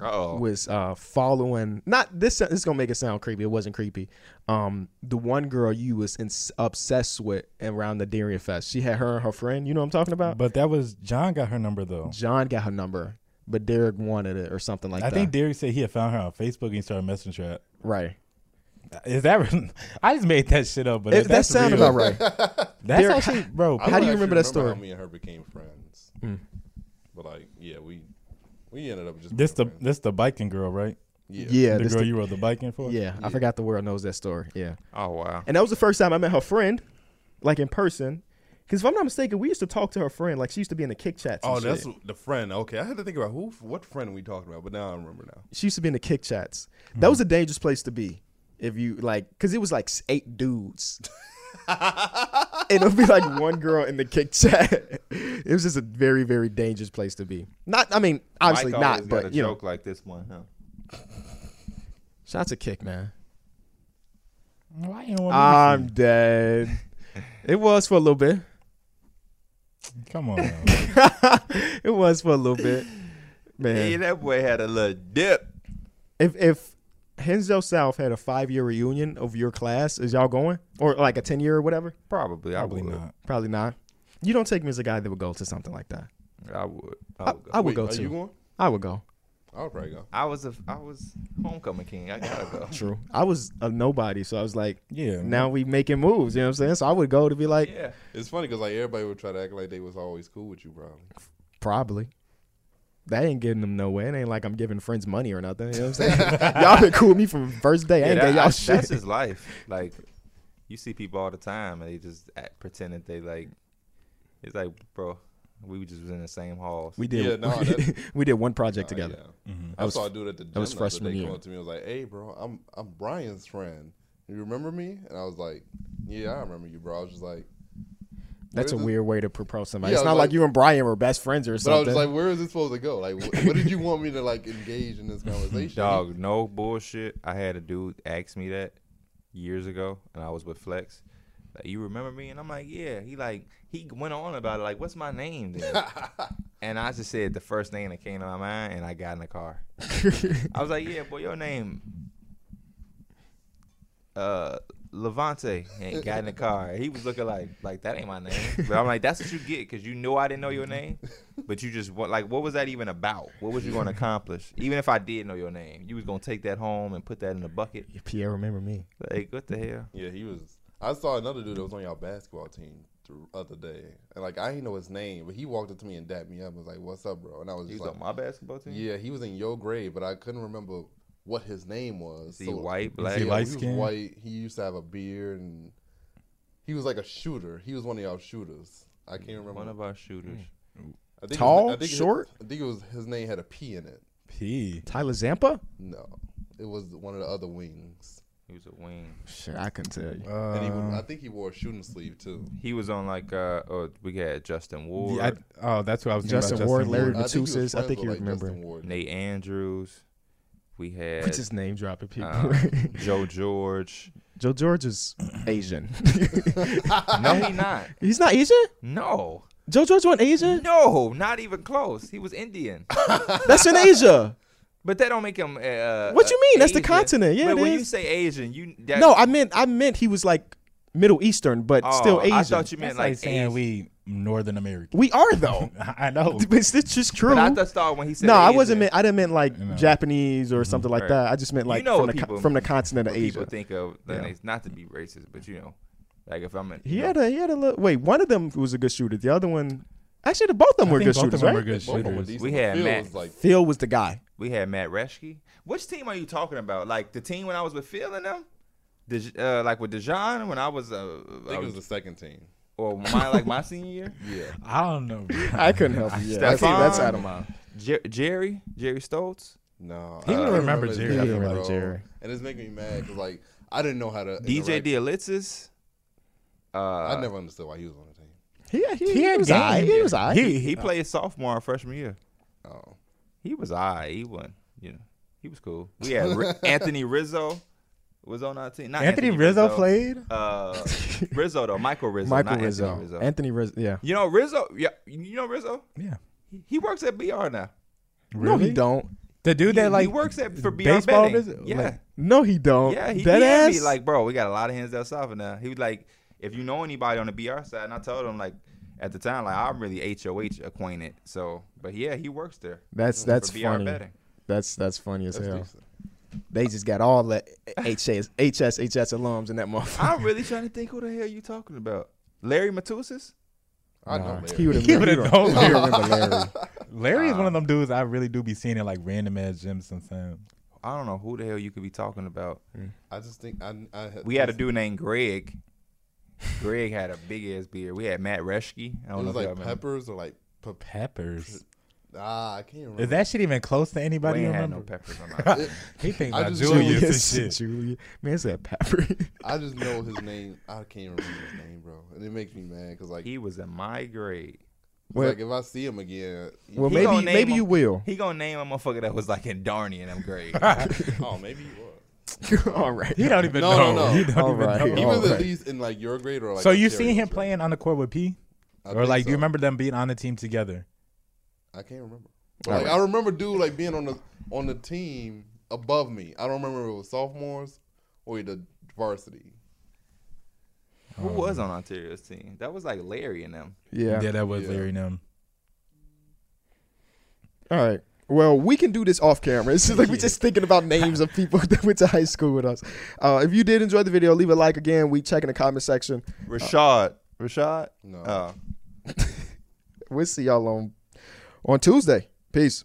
Speaker 2: uh oh,
Speaker 1: was uh, following. Not this. This is gonna make it sound creepy. It wasn't creepy. Um, the one girl you was in, obsessed with around the Darien Fest. She had her and her friend. You know what I'm talking about?
Speaker 4: But that was John got her number though.
Speaker 1: John got her number, but Derek wanted it or something like
Speaker 4: I
Speaker 1: that.
Speaker 4: think Derek said he had found her on Facebook and he started messaging her.
Speaker 1: right.
Speaker 4: Is that? real? I just made that shit up, but
Speaker 1: It, that
Speaker 4: if that's
Speaker 1: sound
Speaker 4: real,
Speaker 1: about right.
Speaker 4: That's
Speaker 1: Derek-
Speaker 4: actually, bro.
Speaker 3: I
Speaker 1: How do
Speaker 3: don't
Speaker 1: you remember
Speaker 3: actually
Speaker 1: that story?
Speaker 3: remember How me and her became friends. But like, yeah, we we ended up just.
Speaker 4: This the
Speaker 3: being friends.
Speaker 4: this the biking girl, right?
Speaker 3: yeah.
Speaker 1: Yeah.
Speaker 4: the
Speaker 1: this
Speaker 4: girl
Speaker 1: the-
Speaker 4: you rode the biking for.
Speaker 1: yeah. I forgot the world knows that story. Yeah.
Speaker 2: oh wow.
Speaker 1: And that was the first time I met her friend, like in person. Because if I'm not mistaken, we used to talk to her friend. Like she used to be in the kick chats. and
Speaker 3: Oh, that's
Speaker 1: shit.
Speaker 3: the friend. Okay, I had to think about who, what friend we talking about, but now I remember now.
Speaker 1: she used to be in the kick chats. That
Speaker 2: Hmm.
Speaker 1: was a dangerous place to be if you like, because it was like s- eight dudes. and it'll be like one girl in the kick chat. it was just a very, very dangerous place to be. Not, I mean, obviously
Speaker 2: Mike always
Speaker 1: not,
Speaker 2: got
Speaker 1: but
Speaker 2: a
Speaker 1: you know,
Speaker 2: joke like this one, huh?
Speaker 1: shots a kick, man.
Speaker 4: Why you don't
Speaker 2: Oh,
Speaker 4: want
Speaker 1: I'm dead. It was for a little bit.
Speaker 4: me to
Speaker 1: Um,
Speaker 4: see? Come on. now.
Speaker 1: It was for a little bit,
Speaker 2: Yeah,
Speaker 1: man.
Speaker 2: that boy had a little dip.
Speaker 1: If if Henzo South had a five year reunion of your class, is y'all going or like a ten year or whatever?
Speaker 2: Probably,
Speaker 4: Probably
Speaker 2: I would.
Speaker 4: not.
Speaker 1: Probably not. You don't take me as a guy that would go to something like that.
Speaker 2: I would. I
Speaker 1: I,
Speaker 2: would go.
Speaker 1: I would go
Speaker 3: are you
Speaker 1: to.
Speaker 3: going?
Speaker 1: I would go.
Speaker 3: I would probably go.
Speaker 2: I was a I was homecoming king. I gotta go.
Speaker 1: True. I was a nobody, so I was like,
Speaker 4: Yeah.
Speaker 1: now we making moves. You know what I'm saying? So I would go to be like,
Speaker 2: Yeah.
Speaker 3: It's funny because like everybody would try to act like they was always cool with you, probably.
Speaker 1: probably. That ain't getting them nowhere. It ain't like I'm giving friends money or nothing. You know what I'm saying? y'all been cool with me from the first day. I
Speaker 2: Yeah,
Speaker 1: ain't
Speaker 2: that-
Speaker 1: got y'all shit.
Speaker 2: that's his life. Like, you see people all the time, and they just act, pretend that they like. It's like, bro, we just was in the same halls.
Speaker 1: we did.
Speaker 3: Yeah, no, that-
Speaker 1: we did one project
Speaker 3: Nah,
Speaker 1: together. I
Speaker 3: yeah. I,
Speaker 1: Mm-hmm. was-
Speaker 3: saw a dude at the gym.
Speaker 1: was
Speaker 3: the other
Speaker 1: freshman
Speaker 3: day
Speaker 1: year.
Speaker 3: Come up to me and was like, "Hey, bro, I'm I'm Brian's friend. You remember me?" And I was like, "Yeah, I remember you, bro." I was just like,
Speaker 1: That's a
Speaker 3: where is
Speaker 1: weird way to propose somebody.
Speaker 3: Yeah,
Speaker 1: it's
Speaker 3: I
Speaker 1: not
Speaker 3: was
Speaker 1: like,
Speaker 3: like-
Speaker 1: you and Brian were best friends or
Speaker 3: this-" But I was
Speaker 1: something.
Speaker 3: just like, "Where is this supposed to go? Like, wh- what did you want me to like engage in this conversation?"
Speaker 2: Dog, no bullshit. I had a dude ask me that years ago, and I was with Flex. Like, you remember me? And I'm like, yeah. He like he went on about it. Like, what's my name then? and I just said the first name that came to my mind, and I got in the car. I was like, yeah, boy, your name, uh, Levante, and got in the car. He was looking like like that ain't my name, but I'm like, that's what you get because you knew I didn't know your name, but you just wa- like, what was that even about? What was you going to accomplish? Even if I did know your name, you was gonna take that home and put that in a bucket.
Speaker 1: Pierre, remember me?
Speaker 2: Like, what the hell?
Speaker 3: Yeah, he was. I saw another dude that was on y'all basketball team. the other day. And like I didn't know his name, but he walked up to me and dapped me up and was like, What's up, bro? And I was
Speaker 2: He
Speaker 3: just
Speaker 2: was
Speaker 3: like
Speaker 2: on my basketball team.
Speaker 3: Yeah, he was in your grade, but I couldn't remember what his name was.
Speaker 2: Is he white, black?
Speaker 4: he
Speaker 3: yeah,
Speaker 4: light
Speaker 3: he was
Speaker 4: skinned?
Speaker 3: white. He used to have a beard and he was like a shooter. He was one of y'all shooters. I can't remember.
Speaker 2: One of our shooters.
Speaker 3: I think his-
Speaker 1: Tall?
Speaker 3: I think his-
Speaker 1: Short?
Speaker 3: I think it was his name had a P in it.
Speaker 4: P.
Speaker 1: Tyler Zampa?
Speaker 3: No, it was one of the other wings.
Speaker 2: He was a wing.
Speaker 1: Sure, I can tell you.
Speaker 3: and he would,
Speaker 4: Uh,
Speaker 3: I think he wore a shooting sleeve too.
Speaker 2: He was on like uh oh we had Justin Ward,
Speaker 4: yeah, I- oh, that's what I was thinking
Speaker 1: Justin
Speaker 4: about.
Speaker 1: Ward, Larry-
Speaker 3: I think,
Speaker 1: Matusas,
Speaker 3: he
Speaker 1: I
Speaker 3: was friends
Speaker 1: think
Speaker 3: with,
Speaker 1: you
Speaker 3: like,
Speaker 1: remember.
Speaker 3: Justin Ward.
Speaker 2: Nate Andrews. We had
Speaker 1: Which is name dropping people.
Speaker 2: uh, Joe George.
Speaker 1: Joe George is Asian.
Speaker 2: No, he not.
Speaker 1: He's not Asian.
Speaker 2: No.
Speaker 1: Joe George wasn't Asian.
Speaker 2: No, not even close. He was Indian.
Speaker 1: That's in Asia.
Speaker 2: But that don't make him. Uh,
Speaker 1: What you
Speaker 2: uh,
Speaker 1: mean? That's the
Speaker 2: Asian.
Speaker 1: continent. Yeah,
Speaker 2: But
Speaker 1: it
Speaker 2: when you
Speaker 1: is.
Speaker 2: say Asian, you that,
Speaker 1: No, I meant I meant he was like Middle Eastern, but
Speaker 2: oh,
Speaker 1: still Asian.
Speaker 2: I thought you meant
Speaker 4: That's like,
Speaker 2: like
Speaker 4: saying
Speaker 2: Asian.
Speaker 4: we Northern American.
Speaker 1: we are though.
Speaker 4: I know.
Speaker 1: it's, it's just true.
Speaker 2: Oh. But I just thought when he said
Speaker 1: no, I
Speaker 2: Asian,
Speaker 1: wasn't. Meant, I didn't meant like
Speaker 4: You know. Mm-hmm.
Speaker 1: Japanese or something like
Speaker 2: Right.
Speaker 1: that. I just meant like
Speaker 2: know
Speaker 1: from
Speaker 2: what
Speaker 1: the co-
Speaker 2: people-
Speaker 1: from the continent of
Speaker 2: what people
Speaker 1: Asia.
Speaker 2: think of the
Speaker 1: Yeah.
Speaker 2: next- not to be racist, but you know, like if I'm in,
Speaker 1: He had a he had a little, wait. One of them was a good shooter. The other one, actually, the, both of them
Speaker 4: I
Speaker 1: were good
Speaker 4: think both of
Speaker 1: shooters,
Speaker 4: them
Speaker 1: right?
Speaker 4: were good
Speaker 3: Both of them were
Speaker 4: shooters.
Speaker 3: decent.
Speaker 2: We
Speaker 3: The
Speaker 2: had
Speaker 3: field
Speaker 2: Matt.
Speaker 3: was, like
Speaker 1: Phil was the guy.
Speaker 2: we had Matt Reschke. Which team are you talking about? Like the team when I was with Phil and them. Dej- uh, like with Dijon when I was, uh,
Speaker 3: I
Speaker 2: I
Speaker 3: think it was
Speaker 2: was-
Speaker 3: the second team.
Speaker 2: or my like my senior year,
Speaker 3: Yeah,
Speaker 4: I don't know. bro.
Speaker 1: I couldn't help you. Yeah, that's,
Speaker 2: Stephon.
Speaker 1: that's out of my.
Speaker 2: Jer- Jerry Jerry Stoltz,
Speaker 3: no,
Speaker 4: He
Speaker 3: I
Speaker 4: don't
Speaker 3: can't
Speaker 4: remember
Speaker 3: his
Speaker 4: Jerry.
Speaker 3: name,
Speaker 1: He don't remember
Speaker 3: bro.
Speaker 1: Jerry.
Speaker 3: and it's making me mad because like I didn't know how to
Speaker 2: DJ
Speaker 3: interact.
Speaker 2: Dialitzis. Uh,
Speaker 3: I never understood why he was on the team.
Speaker 1: He he,
Speaker 4: He
Speaker 1: he
Speaker 4: had
Speaker 1: was
Speaker 4: game.
Speaker 1: alright. He was alright.
Speaker 2: he he played sophomore and freshman year.
Speaker 3: Oh,
Speaker 2: He was I. He won. You know, he was cool. We had Ri- Anthony Rizzo was on our team. Not
Speaker 4: Anthony Rizzo played?
Speaker 2: Uh, Rizzo though, Michael Rizzo,
Speaker 1: Michael
Speaker 2: not
Speaker 1: Rizzo.
Speaker 2: Anthony Rizzo.
Speaker 1: Anthony Rizzo. Yeah.
Speaker 2: you know Rizzo. Yeah, you know Rizzo.
Speaker 4: Yeah.
Speaker 2: He- He works at BR now.
Speaker 1: No, he don't.
Speaker 4: The dude
Speaker 2: he,
Speaker 4: that like
Speaker 2: he works at for BR
Speaker 4: baseball
Speaker 2: betting.
Speaker 4: visit-
Speaker 2: Yeah,
Speaker 4: like-
Speaker 1: No, he don't.
Speaker 2: yeah. He
Speaker 1: Oh, Dead
Speaker 2: DM'd
Speaker 1: ass.
Speaker 2: me like, bro, we got a lot of hands down south now. He was like, if you know anybody on the BR side, and I told him like. At the time, like I'm really HOH acquainted, so but yeah, he works there.
Speaker 1: that's
Speaker 2: for
Speaker 1: that's
Speaker 2: BR
Speaker 1: funny.
Speaker 2: betting.
Speaker 1: That's that's funny as
Speaker 3: that's
Speaker 1: hell.
Speaker 3: decent.
Speaker 1: They just got all the HS HS HS alums in that motherfucker.
Speaker 2: I'm really trying to think who the hell you talking about. Larry Matusis?
Speaker 3: I know Larry.
Speaker 1: He would have
Speaker 4: He would've known.
Speaker 1: remember Larry.
Speaker 4: Larry is one of them dudes I really do be seeing at like random ass gyms sometimes.
Speaker 2: I don't know who the hell you could be talking about.
Speaker 3: I just think I, I had,
Speaker 2: We had a dude named Greg. Greg had a big ass beard. We had Matt Reschke. I
Speaker 3: It
Speaker 2: don't
Speaker 3: was
Speaker 2: know if y'all
Speaker 3: like
Speaker 2: remember.
Speaker 3: peppers or like pep-
Speaker 4: Peppers.
Speaker 3: ah, I can't remember.
Speaker 4: Is that shit even close to anybody?
Speaker 2: we
Speaker 4: you
Speaker 2: ain't had no
Speaker 4: remember?
Speaker 2: peppers on our
Speaker 4: he thinks
Speaker 3: I
Speaker 4: about
Speaker 3: just-
Speaker 4: Julius and shit.
Speaker 1: Julius. Man, it's that pepper.
Speaker 3: I just know his name. I can't remember his name, bro, and it makes me mad because like,
Speaker 2: He was in my grade.
Speaker 1: Well-
Speaker 3: like if I see him again,
Speaker 1: well,
Speaker 2: He
Speaker 1: maybe
Speaker 2: gonna name
Speaker 1: maybe
Speaker 2: him.
Speaker 1: you will.
Speaker 2: He gonna name a motherfucker that was like in Darney in them grade.
Speaker 3: oh maybe he was.
Speaker 1: all right.
Speaker 4: He don't even
Speaker 3: No,
Speaker 4: know.
Speaker 3: no, no.
Speaker 4: He don't
Speaker 1: All
Speaker 4: even
Speaker 1: right.
Speaker 4: know.
Speaker 3: He
Speaker 1: Oh,
Speaker 3: was at
Speaker 1: okay.
Speaker 3: least in like your grade or like.
Speaker 4: so
Speaker 3: a
Speaker 4: you
Speaker 3: Terry's
Speaker 4: seen him
Speaker 3: grade.
Speaker 4: playing on the court with P?
Speaker 3: I
Speaker 4: Or
Speaker 3: think
Speaker 4: like, do you
Speaker 3: so.
Speaker 4: remember them being on the team together?
Speaker 3: I can't remember. But,
Speaker 1: All
Speaker 3: like
Speaker 1: right.
Speaker 3: I remember dude like being on the on the team above me. I don't remember if it was sophomores or the varsity.
Speaker 2: who was on Ontario's team? That was like Larry and them.
Speaker 1: Yeah.
Speaker 4: Yeah, that was
Speaker 3: Yeah.
Speaker 4: Larry and them.
Speaker 1: All right. Well, we can do this off camera. It's just like we're just thinking about names of people that went to high school with us. Uh, if you did enjoy the video, leave a like again. We check in the comment section.
Speaker 2: Rashad. Rashad?
Speaker 3: No.
Speaker 2: Oh.
Speaker 1: We'll see y'all on on Tuesday. Peace.